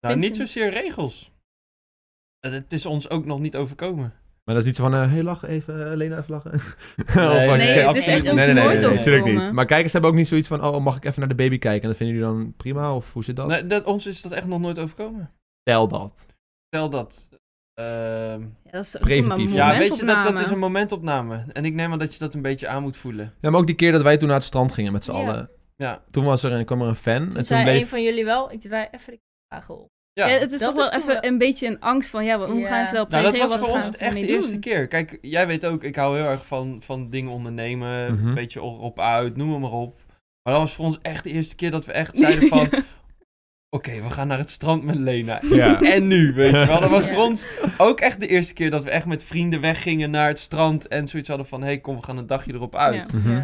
Speaker 2: Nou, niet
Speaker 4: Vincent.
Speaker 2: zozeer regels. Het- Het is ons ook nog niet overkomen.
Speaker 1: Maar dat is niet zo van, eh hey lach even, eh, Lena even lachen.
Speaker 2: Nee,
Speaker 1: Of,
Speaker 2: nee,
Speaker 1: eh,
Speaker 2: het is echt ons nooit opgekomen.
Speaker 1: natuurlijk
Speaker 4: eh,
Speaker 1: niet. Maar kijkers hebben ook niet zoiets van, oh mag ik even naar de baby kijken? En dat vinden jullie dan prima of hoe zit dat?
Speaker 2: Nee, dat, ons is dat echt nog nooit overkomen.
Speaker 1: Stel dat.
Speaker 2: Stel dat. ehm,
Speaker 4: Ja, dat is
Speaker 1: Preventief.
Speaker 4: Preventief.
Speaker 2: ja, weet je, dat, dat is een momentopname. En ik neem aan dat je dat een beetje aan moet voelen.
Speaker 1: Ja, maar ook die keer dat wij toen naar het strand gingen met z'n
Speaker 3: Ja.
Speaker 1: allen.
Speaker 2: Ja.
Speaker 1: Toen was er, een- kwam er een fan. en
Speaker 3: Toen
Speaker 1: toen
Speaker 3: zei
Speaker 1: bleef...
Speaker 3: een van jullie wel, ik draai even de kagel op.
Speaker 4: Ja, het is
Speaker 3: Dat
Speaker 4: toch
Speaker 3: is
Speaker 4: wel
Speaker 3: toch
Speaker 4: even
Speaker 3: wel-
Speaker 4: een beetje een angst van, ja, wat- hoe
Speaker 3: Ja.
Speaker 4: gaan ze daarop
Speaker 2: Nou, dat
Speaker 4: reageren?
Speaker 2: was
Speaker 4: Wat
Speaker 2: voor
Speaker 4: gaan
Speaker 2: ons
Speaker 4: ze
Speaker 2: echt
Speaker 4: ermee
Speaker 2: de eerste
Speaker 4: doen?
Speaker 2: keer. Kijk, jij weet ook, ik hou heel erg van, van dingen ondernemen,
Speaker 1: Mhm.
Speaker 2: een beetje op uit, noem het maar op. Maar dat was voor ons echt de eerste keer dat we echt zeiden van, oké, we gaan naar het strand met Lena.
Speaker 1: Ja.
Speaker 2: En nu, weet je wel. Dat was
Speaker 3: Ja.
Speaker 2: voor ons ook echt de eerste keer dat we echt met vrienden weggingen naar het strand en zoiets hadden van, hé, hey, kom, we gaan een dagje erop uit. Ja.
Speaker 1: Mhm.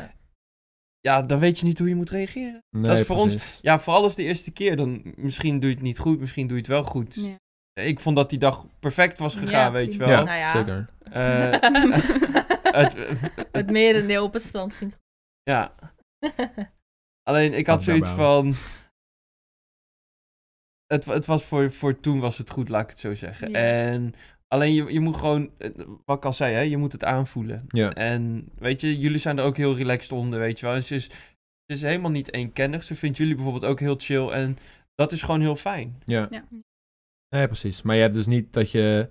Speaker 3: Ja.
Speaker 2: dan weet je niet hoe je moet reageren.
Speaker 1: Nee,
Speaker 2: Dat is voor ons-
Speaker 1: precies.
Speaker 2: Ja, vooral als de eerste keer, dan misschien doe je het niet goed, misschien doe je het wel goed.
Speaker 4: Ja.
Speaker 2: Ik vond dat die dag perfect was
Speaker 4: Ja,
Speaker 2: gegaan, weet je
Speaker 4: prima.
Speaker 2: wel.
Speaker 1: Ja,
Speaker 3: Nou ja.
Speaker 1: zeker.
Speaker 2: Eh, het,
Speaker 3: Het merendeel op het strand ging.
Speaker 2: Ja, alleen ik had
Speaker 1: Wat
Speaker 2: zoiets
Speaker 1: daarbij.
Speaker 2: van. Het, wa- het was voor, voor toen was het goed, laat ik het zo zeggen.
Speaker 4: Ja.
Speaker 2: En alleen je, je moet gewoon, eh, wat ik al zei, hè, je moet het aanvoelen.
Speaker 1: Ja.
Speaker 2: En weet je, jullie zijn er ook heel relaxed onder, weet je wel. En ze is, ze is helemaal niet eenkennig. Ze vindt jullie bijvoorbeeld ook heel chill. En dat is gewoon heel fijn.
Speaker 1: Ja.
Speaker 4: Ja.
Speaker 1: Nee, precies. Maar je hebt dus niet dat je...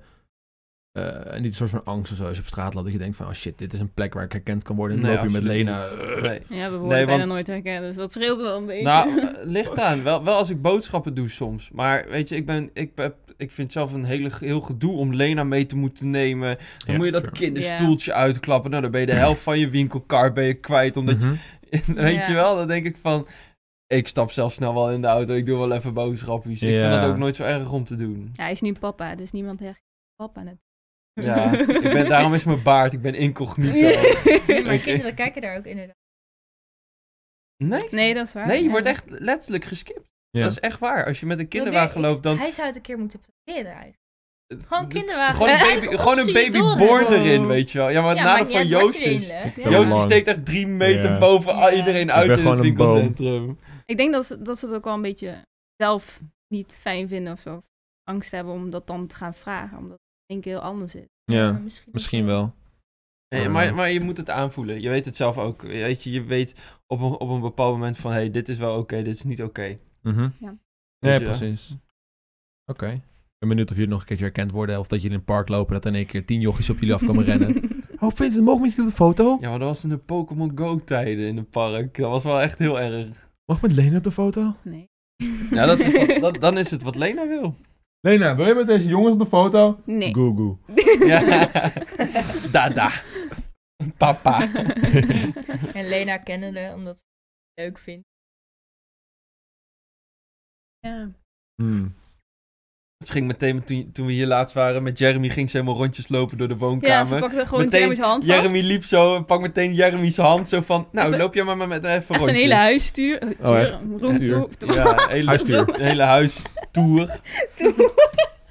Speaker 1: eh, niet een soort van angst of zo als je op straat loopt. Dat je denkt van, oh shit, dit is een plek waar ik herkend kan worden. En dan
Speaker 2: Nee,
Speaker 1: loop je met
Speaker 2: absoluut
Speaker 1: Lena.
Speaker 2: niet.
Speaker 1: eh,
Speaker 2: Nee.
Speaker 4: Ja, we worden
Speaker 2: Nee,
Speaker 4: bijna
Speaker 2: want-
Speaker 4: nooit herkennen, dus dat scheelt wel een beetje.
Speaker 2: Nou, eh, ligt aan. Wel, wel als ik boodschappen doe soms. Maar weet je, ik, ben, ik, heb, ik vind zelf een hele, heel gedoe om Lena mee te moeten nemen. Dan
Speaker 1: Ja,
Speaker 2: moet je dat
Speaker 1: sure.
Speaker 2: kinderstoeltje uitklappen. Nou, dan ben je de helft van je winkelkar ben je kwijt. Omdat
Speaker 1: Mhm.
Speaker 2: je, weet
Speaker 4: Ja.
Speaker 2: je wel, dan denk ik van... Ik stap zelf snel wel in de auto. Ik doe wel even boodschappies. Ik vind
Speaker 1: Ja.
Speaker 2: dat ook nooit zo erg om te doen.
Speaker 4: Ja, hij is nu papa, dus niemand herkent papa natuurlijk.
Speaker 2: Ja, ik ben, daarom is mijn baard. Ik ben incognito.
Speaker 3: Nee, maar
Speaker 2: Oké.
Speaker 3: kinderen kijken daar ook inderdaad.
Speaker 2: Nee?
Speaker 4: Nee, dat is waar.
Speaker 2: Nee, je
Speaker 4: Ja.
Speaker 2: wordt echt letterlijk geskipt.
Speaker 1: Ja.
Speaker 2: Dat is echt waar. Als je met een kinderwagen
Speaker 3: Probeer- ik-
Speaker 2: loopt, dan...
Speaker 3: Hij zou het een keer moeten proberen eigenlijk. Gewoon kinderwagen.
Speaker 2: Gewoon
Speaker 3: Eh,
Speaker 2: een baby,
Speaker 3: eigen
Speaker 2: gewoon een
Speaker 3: optie
Speaker 2: baby
Speaker 3: door.
Speaker 2: born
Speaker 4: hebben.
Speaker 2: erin, weet je wel. Ja, maar het
Speaker 3: Ja,
Speaker 2: nadeel
Speaker 3: maakt niet
Speaker 2: van
Speaker 3: uit wat
Speaker 2: Joost
Speaker 3: je
Speaker 2: is...
Speaker 3: erin legt.
Speaker 1: Ik ben
Speaker 2: Joost die
Speaker 1: lang.
Speaker 2: steekt echt drie meter
Speaker 1: Ja.
Speaker 2: boven
Speaker 3: Ja.
Speaker 2: iedereen
Speaker 3: Ik
Speaker 2: uit
Speaker 1: ben
Speaker 2: in het
Speaker 1: gewoon een boom.
Speaker 2: winkelcentrum.
Speaker 4: Ik denk dat ze, dat ze het ook wel een beetje zelf niet fijn vinden of zo. Angst hebben om dat dan te gaan vragen, omdat het denk ik heel anders is.
Speaker 1: ja,
Speaker 3: misschien,
Speaker 1: misschien wel.
Speaker 2: Nee, maar, maar je moet het aanvoelen. Je weet het zelf ook. Weet je, je weet op een, op een bepaald moment van... hey, dit is wel oké, dit is niet oké.
Speaker 1: Mhm.
Speaker 4: Ja.
Speaker 1: Nee,
Speaker 2: Weet je wel.
Speaker 1: precies. Oké. Ik ben benieuwd of jullie nog een keertje herkend worden. Of dat jullie in het park lopen. Dat er in één keer tien jochies op jullie af komen rennen. Oh, Vincent, mogen we met je op de foto?
Speaker 2: Ja, maar dat was in de Pokémon Go-tijden in het park. Dat was wel echt heel erg.
Speaker 1: Mag ik met Lena op de foto?
Speaker 4: nee.
Speaker 2: Ja, dat is wat- dat, dan is het wat Lena wil.
Speaker 1: Lena, wil je met deze jongens op de foto?
Speaker 4: Nee.
Speaker 1: Goo goo.
Speaker 2: Ja. Dada. Papa.
Speaker 3: En Lena kennende, omdat ze het leuk vindt.
Speaker 4: Ja.
Speaker 1: Hmm.
Speaker 2: Ze ging meteen, toen, toen we hier laatst waren met Jeremy, ging ze helemaal rondjes lopen door de
Speaker 4: ja, ze
Speaker 2: woonkamer.
Speaker 4: pakte gewoon
Speaker 2: Meteen
Speaker 4: Jeremy's hand vast.
Speaker 2: Jeremy liep zo en pak meteen Jeremy's hand zo van, nou
Speaker 4: Even-
Speaker 2: loop jij maar maar met even
Speaker 4: Echt
Speaker 2: rondjes.
Speaker 4: zijn hele huis tuur. eh, tuur,
Speaker 1: echt?
Speaker 4: roem
Speaker 1: Tuur.
Speaker 4: toe- toe-
Speaker 2: Oh, Ja, hele,
Speaker 1: Huistuur.
Speaker 2: de hele huis, tour,
Speaker 4: toe-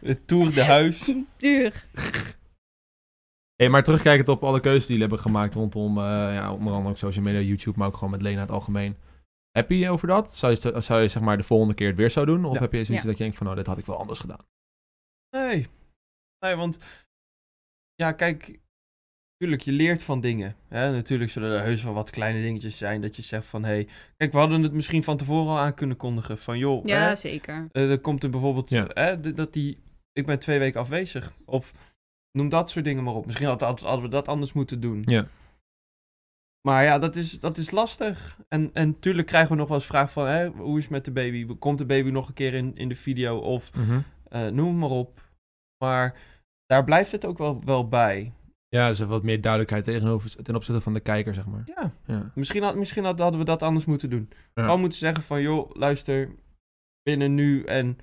Speaker 2: het tour de huis.
Speaker 4: tuur.
Speaker 1: Hey, maar terugkijkend op alle keuzes die jullie hebben gemaakt rondom eh, ja, onder andere ook social media, YouTube, maar ook gewoon met Lena in het algemeen. Happy je over dat? Zou je, zou je zeg maar de volgende keer het weer zo doen? Of
Speaker 2: Ja.
Speaker 1: heb je zoiets
Speaker 4: Ja.
Speaker 1: dat je denkt van, nou, dit had ik wel anders gedaan?
Speaker 2: Nee, nee, want ja, kijk, natuurlijk je leert van dingen. Hè? Natuurlijk zullen er heus wel wat kleine dingetjes zijn dat je zegt van, hé, hey, kijk, we hadden het misschien van tevoren al aan kunnen kondigen van, joh, hè,
Speaker 4: Ja, zeker.
Speaker 2: Eh, er komt er bijvoorbeeld
Speaker 1: Ja.
Speaker 2: eh, d- dat die, ik ben twee weken afwezig. Of noem dat soort dingen maar op. Misschien hadden, hadden- hadden we dat anders moeten doen.
Speaker 1: Ja.
Speaker 2: Maar ja, dat is, dat is lastig. En, en tuurlijk krijgen we nog wel eens vraag van, hè, hoe is het met de baby? Komt de baby nog een keer in, in de video? Of
Speaker 1: Mhm.
Speaker 2: eh, noem het maar op. Maar daar blijft het ook wel, wel bij.
Speaker 1: Ja, dus even wat meer duidelijkheid tegenover, ten opzichte van de kijker, zeg maar.
Speaker 2: Ja,
Speaker 1: Ja.
Speaker 2: misschien, had, misschien had- hadden we dat anders moeten doen.
Speaker 1: Ja.
Speaker 2: Gewoon moeten zeggen van, joh, luister, binnen nu en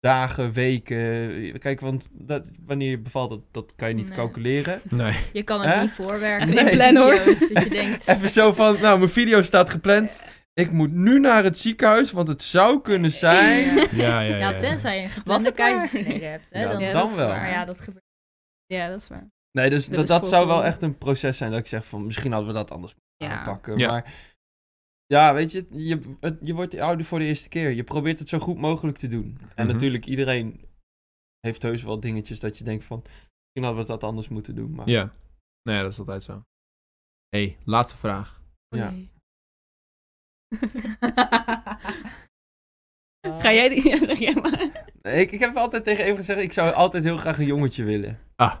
Speaker 2: dagen, weken. Kijk, want dat, wanneer je bevalt, dat, dat kan je niet
Speaker 3: Nee.
Speaker 2: calculeren.
Speaker 1: Nee.
Speaker 3: Je kan het
Speaker 2: Hè?
Speaker 3: niet voorwerken.
Speaker 4: Even
Speaker 3: in
Speaker 4: inplannen, hoor.
Speaker 3: video's, Dat je denkt,
Speaker 2: Even zo van, nou, mijn video staat gepland. Ik moet nu naar het ziekenhuis, want het zou kunnen zijn...
Speaker 3: Ja.
Speaker 1: Ja, ja, ja.
Speaker 3: nou, tenzij je een geplande
Speaker 4: het maar?
Speaker 3: keizersnede hebt. Hè,
Speaker 2: Ja,
Speaker 3: dan,
Speaker 2: dan
Speaker 4: dat is
Speaker 2: wel.
Speaker 4: waar.
Speaker 3: Maar ja, dat gebeurt.
Speaker 4: Ja, dat is waar.
Speaker 2: Nee, dus
Speaker 4: Dat
Speaker 2: dat,
Speaker 4: is
Speaker 2: dat zou wel
Speaker 4: volkomen.
Speaker 2: echt een proces zijn dat ik zeg van, misschien hadden we dat anders moeten
Speaker 4: Ja.
Speaker 2: aanpakken.
Speaker 1: Ja.
Speaker 2: Maar ja, weet je, je, het- je wordt ouder voor de eerste keer. Je probeert het zo goed mogelijk te doen. En
Speaker 1: Mhm.
Speaker 2: natuurlijk, iedereen heeft heus wel dingetjes dat je denkt van, misschien hadden we dat anders moeten doen. Maar
Speaker 1: Ja. Nee, dat is altijd zo. hey, laatste vraag.
Speaker 2: Ja.
Speaker 4: Oei. Ga jij die? Ja, zeg jij maar.
Speaker 2: Nee, Ik, ik heb altijd tegen Even gezegd, ik zou altijd heel graag een jongetje willen.
Speaker 1: Ah.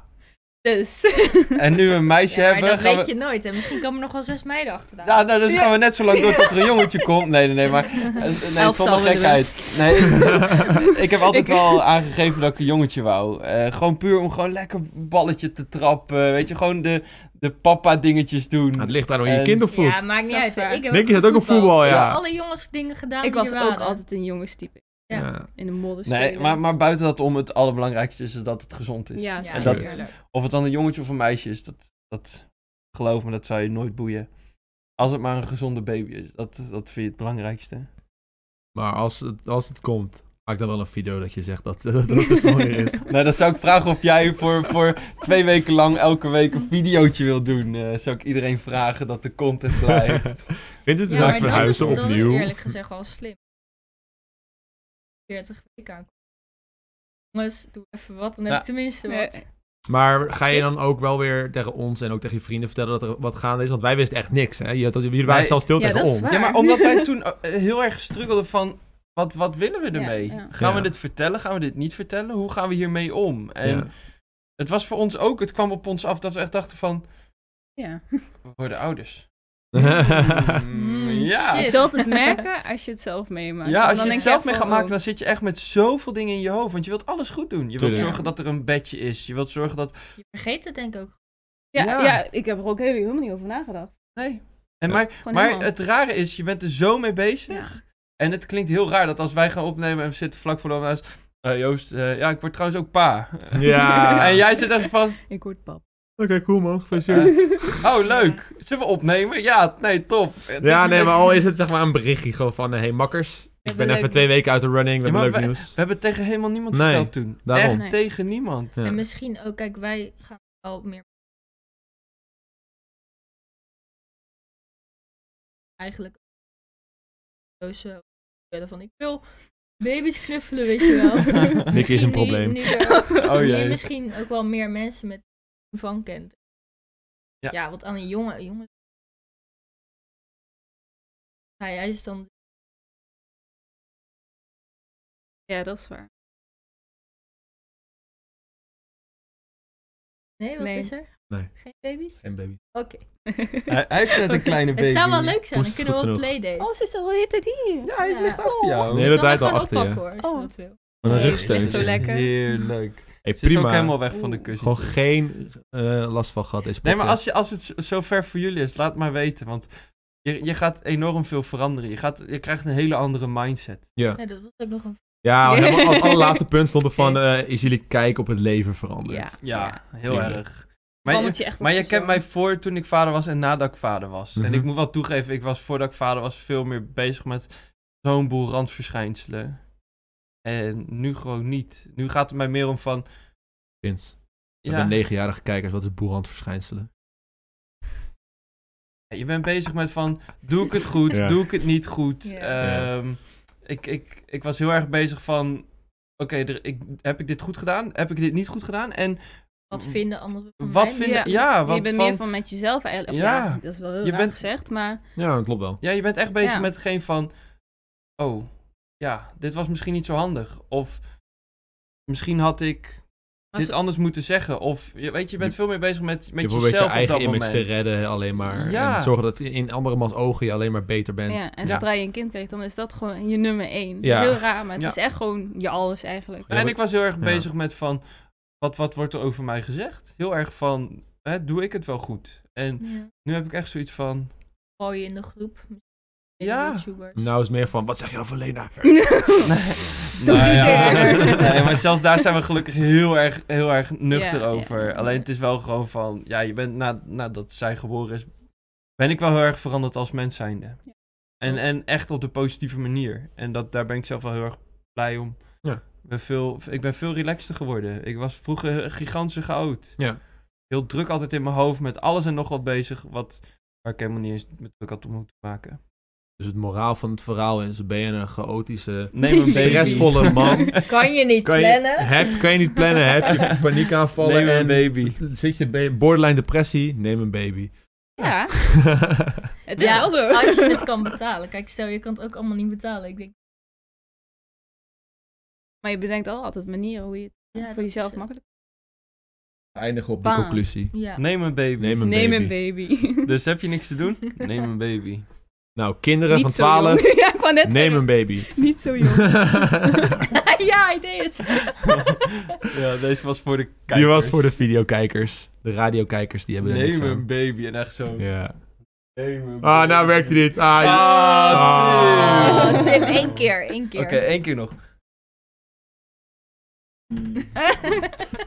Speaker 4: Dus.
Speaker 2: En nu we een meisje
Speaker 3: Ja, maar
Speaker 2: hebben,
Speaker 3: dat
Speaker 2: gaan
Speaker 3: weet
Speaker 2: we...
Speaker 3: je nooit. En misschien komen er nog wel zes meiden achteraan.
Speaker 2: Ja, nou, dus
Speaker 4: Ja.
Speaker 2: gaan we net zo lang door tot er een jongetje komt. Nee, nee, nee, maar eh, nee,
Speaker 4: Elftal
Speaker 2: zonder
Speaker 4: willen we.
Speaker 2: gekheid. Nee, ik- ik heb altijd wel aangegeven dat ik een jongetje wou. Eh, gewoon puur om gewoon lekker balletje te trappen, weet je. Gewoon de, de papa-dingetjes doen.
Speaker 1: Ah, Het ligt aan hoe je
Speaker 2: En-
Speaker 1: je kind opvoedt.
Speaker 3: Ja, maakt niet
Speaker 4: Dat is
Speaker 3: uit. hè.
Speaker 4: waar.
Speaker 3: Ik heb
Speaker 1: Nicky zat ook op voetbal,
Speaker 3: Ik
Speaker 1: ja.
Speaker 3: heb alle jongens dingen gedaan
Speaker 4: ik
Speaker 3: die
Speaker 4: was
Speaker 3: er
Speaker 4: ook
Speaker 3: waren.
Speaker 4: altijd een jongenstype.
Speaker 3: ja.
Speaker 4: In de modder
Speaker 2: Nee,
Speaker 4: spelen.
Speaker 2: maar, maar buiten dat om, het allerbelangrijkste is dat het gezond is.
Speaker 4: Ja,
Speaker 3: Ja,
Speaker 2: en
Speaker 1: dat-
Speaker 3: tuurlijk.
Speaker 2: Of het dan een jongetje of een meisje is, dat, dat geloof me, dat zou je nooit boeien. Als het maar een gezonde baby is, dat, dat vind je het belangrijkste.
Speaker 1: Maar als het, als het komt, maak dan wel een video dat je zegt dat, dat het zo mooi is.
Speaker 2: Nou, dan zou ik vragen of jij voor, voor twee weken lang elke week een videootje wil doen. Eh, zou ik iedereen vragen dat de content blijft.
Speaker 1: Vindt het
Speaker 3: Ja,
Speaker 1: ja,
Speaker 3: maar
Speaker 1: eigenlijk
Speaker 3: dat is,
Speaker 1: verhuizen
Speaker 3: dat is
Speaker 1: opnieuw?
Speaker 3: eerlijk gezegd wel slim. 40 weken aankomen. Jongens, doe even wat, dan heb
Speaker 2: Ja.
Speaker 3: ik tenminste
Speaker 4: Nee.
Speaker 3: wat.
Speaker 1: Maar ga je dan ook wel weer tegen ons en ook tegen je vrienden vertellen dat er wat gaande is? Want wij wisten echt niks, hè? Je- dat- Jullie waren
Speaker 2: Nee.
Speaker 1: zelfs stil
Speaker 4: Ja,
Speaker 1: tegen
Speaker 4: dat is
Speaker 1: ons.
Speaker 4: waar.
Speaker 2: Ja, maar omdat wij toen eh, heel erg struggelden van... Wat, wat willen we
Speaker 4: Ja,
Speaker 2: ermee?
Speaker 4: ja.
Speaker 2: Gaan we
Speaker 1: Ja.
Speaker 2: dit vertellen? Gaan we dit niet vertellen? Hoe gaan we hiermee om? En
Speaker 1: Ja.
Speaker 2: het was voor ons ook... Het kwam op ons af dat we echt dachten van...
Speaker 4: Ja.
Speaker 2: We worden ouders.
Speaker 3: Mm,
Speaker 2: ja.
Speaker 4: Je
Speaker 3: Shit.
Speaker 4: zult het merken als je het zelf meemaakt.
Speaker 2: Ja,
Speaker 4: En
Speaker 2: als
Speaker 4: dan
Speaker 2: je het
Speaker 4: denk
Speaker 2: zelf
Speaker 4: jij
Speaker 2: mee
Speaker 4: van,
Speaker 2: gaat maken,
Speaker 4: oh,
Speaker 2: dan zit je echt met zoveel dingen in je hoofd. Want je wilt alles goed doen. Je wilt
Speaker 1: Tuurlijk.
Speaker 2: zorgen dat er een bedje is. Je wilt zorgen dat...
Speaker 3: Je vergeet het denk ik ook.
Speaker 4: Ja,
Speaker 2: Ja.
Speaker 4: ja. ik heb er ook heel- helemaal niet over nagedacht.
Speaker 2: Nee. En
Speaker 1: Ja.
Speaker 2: maar
Speaker 4: Gewoon
Speaker 2: maar
Speaker 4: helemaal.
Speaker 2: het rare is, je bent er zo mee bezig.
Speaker 4: Ja.
Speaker 2: En het klinkt heel raar dat als wij gaan opnemen en we zitten vlak voor de opnames, eh, Joost, eh, ja, ik word trouwens ook pa.
Speaker 1: Ja.
Speaker 2: en jij zit echt van,
Speaker 4: Ik word pap.
Speaker 1: Oké, cool man. Gefeliciteerd.
Speaker 2: eh, oh leuk, zullen we opnemen? Ja, nee, top. Eh,
Speaker 1: ja,
Speaker 2: dit-
Speaker 1: nee, maar al is het zeg maar een berichtje gewoon van... eh, hey makkers, ik
Speaker 4: hebben
Speaker 1: ben even
Speaker 4: leuk-
Speaker 1: twee weken uit de running. We
Speaker 2: Ja,
Speaker 1: hebben leuk
Speaker 2: maar
Speaker 1: nieuws.
Speaker 2: We hebben tegen helemaal niemand
Speaker 1: Nee,
Speaker 2: verteld toen.
Speaker 1: daarom.
Speaker 2: Echt
Speaker 4: Nee.
Speaker 2: tegen niemand.
Speaker 1: Ja.
Speaker 3: En misschien ook, kijk, wij gaan wel meer. Eigenlijk. Dus eh, bellen van ik wil baby's knuffelen, weet je wel.
Speaker 1: Nicky is
Speaker 3: Misschien
Speaker 1: een
Speaker 3: nu-
Speaker 1: probleem.
Speaker 3: nu er-
Speaker 2: Oh
Speaker 3: nu je
Speaker 2: jee.
Speaker 3: misschien ook wel meer mensen met van kent.
Speaker 2: Ja.
Speaker 3: Ja, want aan een jongen, jongen. Hij, hij is dus dan
Speaker 4: Ja, dat is waar.
Speaker 3: Nee, wat
Speaker 4: Nee.
Speaker 3: is er?
Speaker 1: Nee.
Speaker 3: Geen baby's?
Speaker 1: En baby.
Speaker 3: Oké.
Speaker 2: Hij, hij heeft net een kleine baby.
Speaker 3: Het zou wel leuk
Speaker 1: Poes
Speaker 3: zijn, dan
Speaker 1: is
Speaker 3: kunnen we
Speaker 1: goed
Speaker 3: op
Speaker 1: genoeg.
Speaker 3: playdate.
Speaker 4: Oh, ze is al de hele tijd hier.
Speaker 2: Ja, hij
Speaker 3: Ja.
Speaker 2: ligt achter jou.
Speaker 1: Nee,
Speaker 3: Je
Speaker 1: dat
Speaker 3: kan
Speaker 1: draait
Speaker 3: hem
Speaker 1: al
Speaker 3: gewoon
Speaker 1: achter je.
Speaker 3: oppakken, hoor, als
Speaker 4: Oh.
Speaker 3: je dat wil.
Speaker 1: Wat een
Speaker 4: Nee,
Speaker 1: rugsteun.
Speaker 4: echt zo
Speaker 1: zeg.
Speaker 4: lekker.
Speaker 2: Heerlijk.
Speaker 1: Hey,
Speaker 2: Ze is ook
Speaker 1: prima.
Speaker 2: helemaal weg van de kussens.
Speaker 1: Gewoon geen eh, last van gehad deze
Speaker 2: Nee, maar als,
Speaker 1: podcast.
Speaker 2: je, als het zo- zo ver voor jullie is, laat maar weten. Want je, je gaat enorm veel veranderen. Je, gaat, je krijgt een hele andere mindset.
Speaker 3: Ja, dat was ook nog een...
Speaker 1: Ja, helemaal als allerlaatste punt stond er van... eh, is jullie kijk op het leven veranderd?
Speaker 2: heel
Speaker 1: tuurlijk.
Speaker 2: erg. Maar
Speaker 4: Maar
Speaker 2: je,
Speaker 4: je, echt als
Speaker 2: maar je
Speaker 4: persoon.
Speaker 2: kent mij voor toen ik vader was en nadat ik vader was.
Speaker 1: Mhm.
Speaker 2: En ik moet wel toegeven, ik was voordat ik vader was veel meer bezig met zo'n boel randverschijnselen. En nu gewoon niet. Nu gaat het mij meer om van...
Speaker 1: Vince, we
Speaker 2: Ja,
Speaker 1: hebben negenjarige kijkers. Wat is boerhandverschijnselen?
Speaker 2: je bent bezig met van, doe ik het goed,
Speaker 1: Ja.
Speaker 2: doe ik het niet goed.
Speaker 3: Ja.
Speaker 1: Ja.
Speaker 2: Ehm, ik, ik, ik was heel erg bezig van, oké, er- ik, heb ik dit goed gedaan? Heb ik dit niet goed gedaan? En
Speaker 3: Wat
Speaker 2: Mm.
Speaker 3: vinden anderen van
Speaker 2: Wat
Speaker 3: mij?
Speaker 2: vind
Speaker 4: Ja.
Speaker 2: ja. ja,
Speaker 4: je
Speaker 2: want
Speaker 4: bent
Speaker 2: van,
Speaker 4: meer van met jezelf eigenlijk. Of
Speaker 2: Ja.
Speaker 4: Ja, dat is wel heel
Speaker 2: Je
Speaker 4: raar
Speaker 2: bent-
Speaker 4: gezegd, maar
Speaker 1: Ja, dat klopt wel.
Speaker 2: ja, je bent echt bezig
Speaker 4: Ja.
Speaker 2: met geen van, oh, ja, dit was misschien niet zo handig. Of misschien had ik
Speaker 4: Maar
Speaker 2: dit
Speaker 4: zo-
Speaker 2: anders moeten zeggen. Of je, weet je, je bent
Speaker 1: Je-
Speaker 2: veel meer bezig met, met
Speaker 1: je
Speaker 2: jezelf
Speaker 1: probeert je
Speaker 2: op
Speaker 1: eigen
Speaker 2: dat
Speaker 1: image
Speaker 2: moment.
Speaker 1: te redden alleen maar.
Speaker 2: Ja.
Speaker 1: En zorgen dat in andermans ogen je alleen maar beter bent.
Speaker 4: ja, en
Speaker 2: Ja.
Speaker 4: zodra je een kind krijgt, dan is dat gewoon je nummer één.
Speaker 1: Ja.
Speaker 4: Dat is heel raar, maar het
Speaker 2: Ja.
Speaker 4: is echt gewoon je alles eigenlijk.
Speaker 1: Ja,
Speaker 2: en
Speaker 1: maar-
Speaker 2: ik was heel erg
Speaker 1: ja.
Speaker 2: bezig met van, wat, wat wordt er over mij gezegd? Heel erg van, hè, doe ik het wel goed? En
Speaker 3: Ja.
Speaker 2: nu heb ik echt zoiets van,
Speaker 3: Val je in de groep? met de
Speaker 2: Ja.
Speaker 3: YouTubers?
Speaker 1: Nou is het meer van, wat zeg je over Lena?
Speaker 4: Doe
Speaker 2: Nou
Speaker 4: niet
Speaker 2: ja,
Speaker 4: eerder.
Speaker 2: nee, maar zelfs daar zijn we gelukkig heel erg, heel erg nuchter
Speaker 4: Ja, ja.
Speaker 2: over. Alleen het is wel gewoon van, ja, je bent na, nadat zij geboren is, ben ik wel heel erg veranderd als mens zijnde.
Speaker 4: Ja.
Speaker 2: En, en echt op de positieve manier. En dat, daar ben ik zelf wel heel erg blij om.
Speaker 1: Ja.
Speaker 2: Ik ben veel, ik ben veel relaxter geworden. Ik was vroeger een gigantische chaot.
Speaker 1: Ja.
Speaker 2: Heel druk altijd in mijn hoofd met alles en nog wat bezig, wat, waar ik helemaal niet eens met druk had om moeten maken.
Speaker 1: Dus het moraal van het verhaal is, ben je een chaotische...
Speaker 2: Neem een baby.
Speaker 1: Stressvolle man.
Speaker 3: Kan je niet
Speaker 1: Kan je,
Speaker 3: plannen?
Speaker 1: heb, kan je niet plannen, heb je paniekaanvallen
Speaker 2: Neem een
Speaker 1: en...
Speaker 2: baby.
Speaker 1: Zit je bij borderline depressie? Neem een baby.
Speaker 4: Ja, het is
Speaker 3: Ja,
Speaker 4: wel zo.
Speaker 3: Als je het kan betalen. Kijk, stel je kan het ook allemaal niet betalen. Ik denk,
Speaker 4: Maar je bedenkt al altijd manieren hoe je het
Speaker 3: Ja, dat
Speaker 4: voor
Speaker 3: is
Speaker 4: jezelf
Speaker 3: zo.
Speaker 4: makkelijk
Speaker 1: eindigen op
Speaker 4: Bam.
Speaker 1: die conclusie.
Speaker 3: Ja.
Speaker 2: Neem een baby.
Speaker 1: Neem een
Speaker 4: Neem
Speaker 1: baby.
Speaker 4: een baby.
Speaker 2: Dus heb je niks te doen? Neem een baby.
Speaker 1: Nou, kinderen
Speaker 4: Niet
Speaker 1: van
Speaker 4: zo jong.
Speaker 1: 12,
Speaker 4: ja, ik wou net
Speaker 1: neem
Speaker 4: zeggen,
Speaker 1: een baby.
Speaker 4: Niet zo jong.
Speaker 3: ja, ik deed het.
Speaker 2: Ja, deze was voor de kijkers.
Speaker 1: die was voor de videokijkers. De radiokijkers, die hebben er niks
Speaker 2: Neem een
Speaker 1: aan.
Speaker 2: baby en echt zo.
Speaker 1: Ja.
Speaker 2: Neem een
Speaker 1: Ah,
Speaker 2: baby.
Speaker 1: nou werkt hij niet. Ah,
Speaker 2: Ah,
Speaker 3: Oh,
Speaker 1: Ah.
Speaker 3: Tim, één keer, één keer.
Speaker 2: Oké, één keer nog.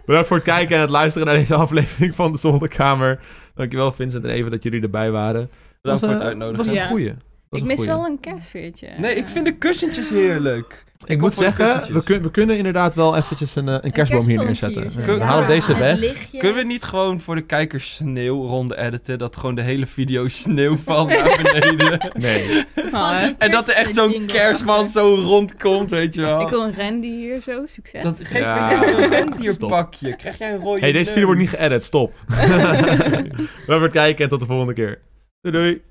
Speaker 1: Bedankt voor het kijken en het luisteren naar deze aflevering van de Zolderkamer. Dankjewel Vincent en Even dat jullie erbij waren.
Speaker 2: Bedankt voor
Speaker 1: eh,
Speaker 2: het uitnodigen.
Speaker 1: was een
Speaker 4: Ja.
Speaker 1: goeie. Was
Speaker 4: ik
Speaker 1: een
Speaker 4: mis
Speaker 1: goeie.
Speaker 4: wel een kerstfeertje.
Speaker 2: Nee, ik vind de kussentjes heerlijk.
Speaker 1: Ik
Speaker 2: Kom
Speaker 1: moet
Speaker 2: voor de
Speaker 1: zeggen,
Speaker 2: kussentjes.
Speaker 1: we, kun- we kunnen inderdaad wel eventjes een, eh, een kerstboom hier neerzetten.
Speaker 3: kerstboompje.
Speaker 1: Ja,
Speaker 2: Kun-
Speaker 1: we halen
Speaker 2: Ja.
Speaker 1: deze
Speaker 3: En
Speaker 1: weg.
Speaker 3: lichtjes.
Speaker 2: Kunnen we niet gewoon voor de kijkers sneeuwronde editen? Dat gewoon de hele video sneeuw valt naar beneden.
Speaker 1: Nee.
Speaker 4: Oh, hè?
Speaker 2: En dat er echt zo'n
Speaker 3: Kerstjingle
Speaker 2: kerstman
Speaker 3: achter.
Speaker 2: zo rondkomt, weet je wel.
Speaker 4: Ik wil een rendier hier zo, succes.
Speaker 2: Dat, geef
Speaker 1: Ja.
Speaker 2: ja. een rendierpakje.
Speaker 1: Stop.
Speaker 2: Krijg jij een rode
Speaker 1: hey, deze video
Speaker 2: neus?
Speaker 1: wordt niet geëdit. Stop. Bedankt voor het kijken en tot de volgende keer. Doei doei.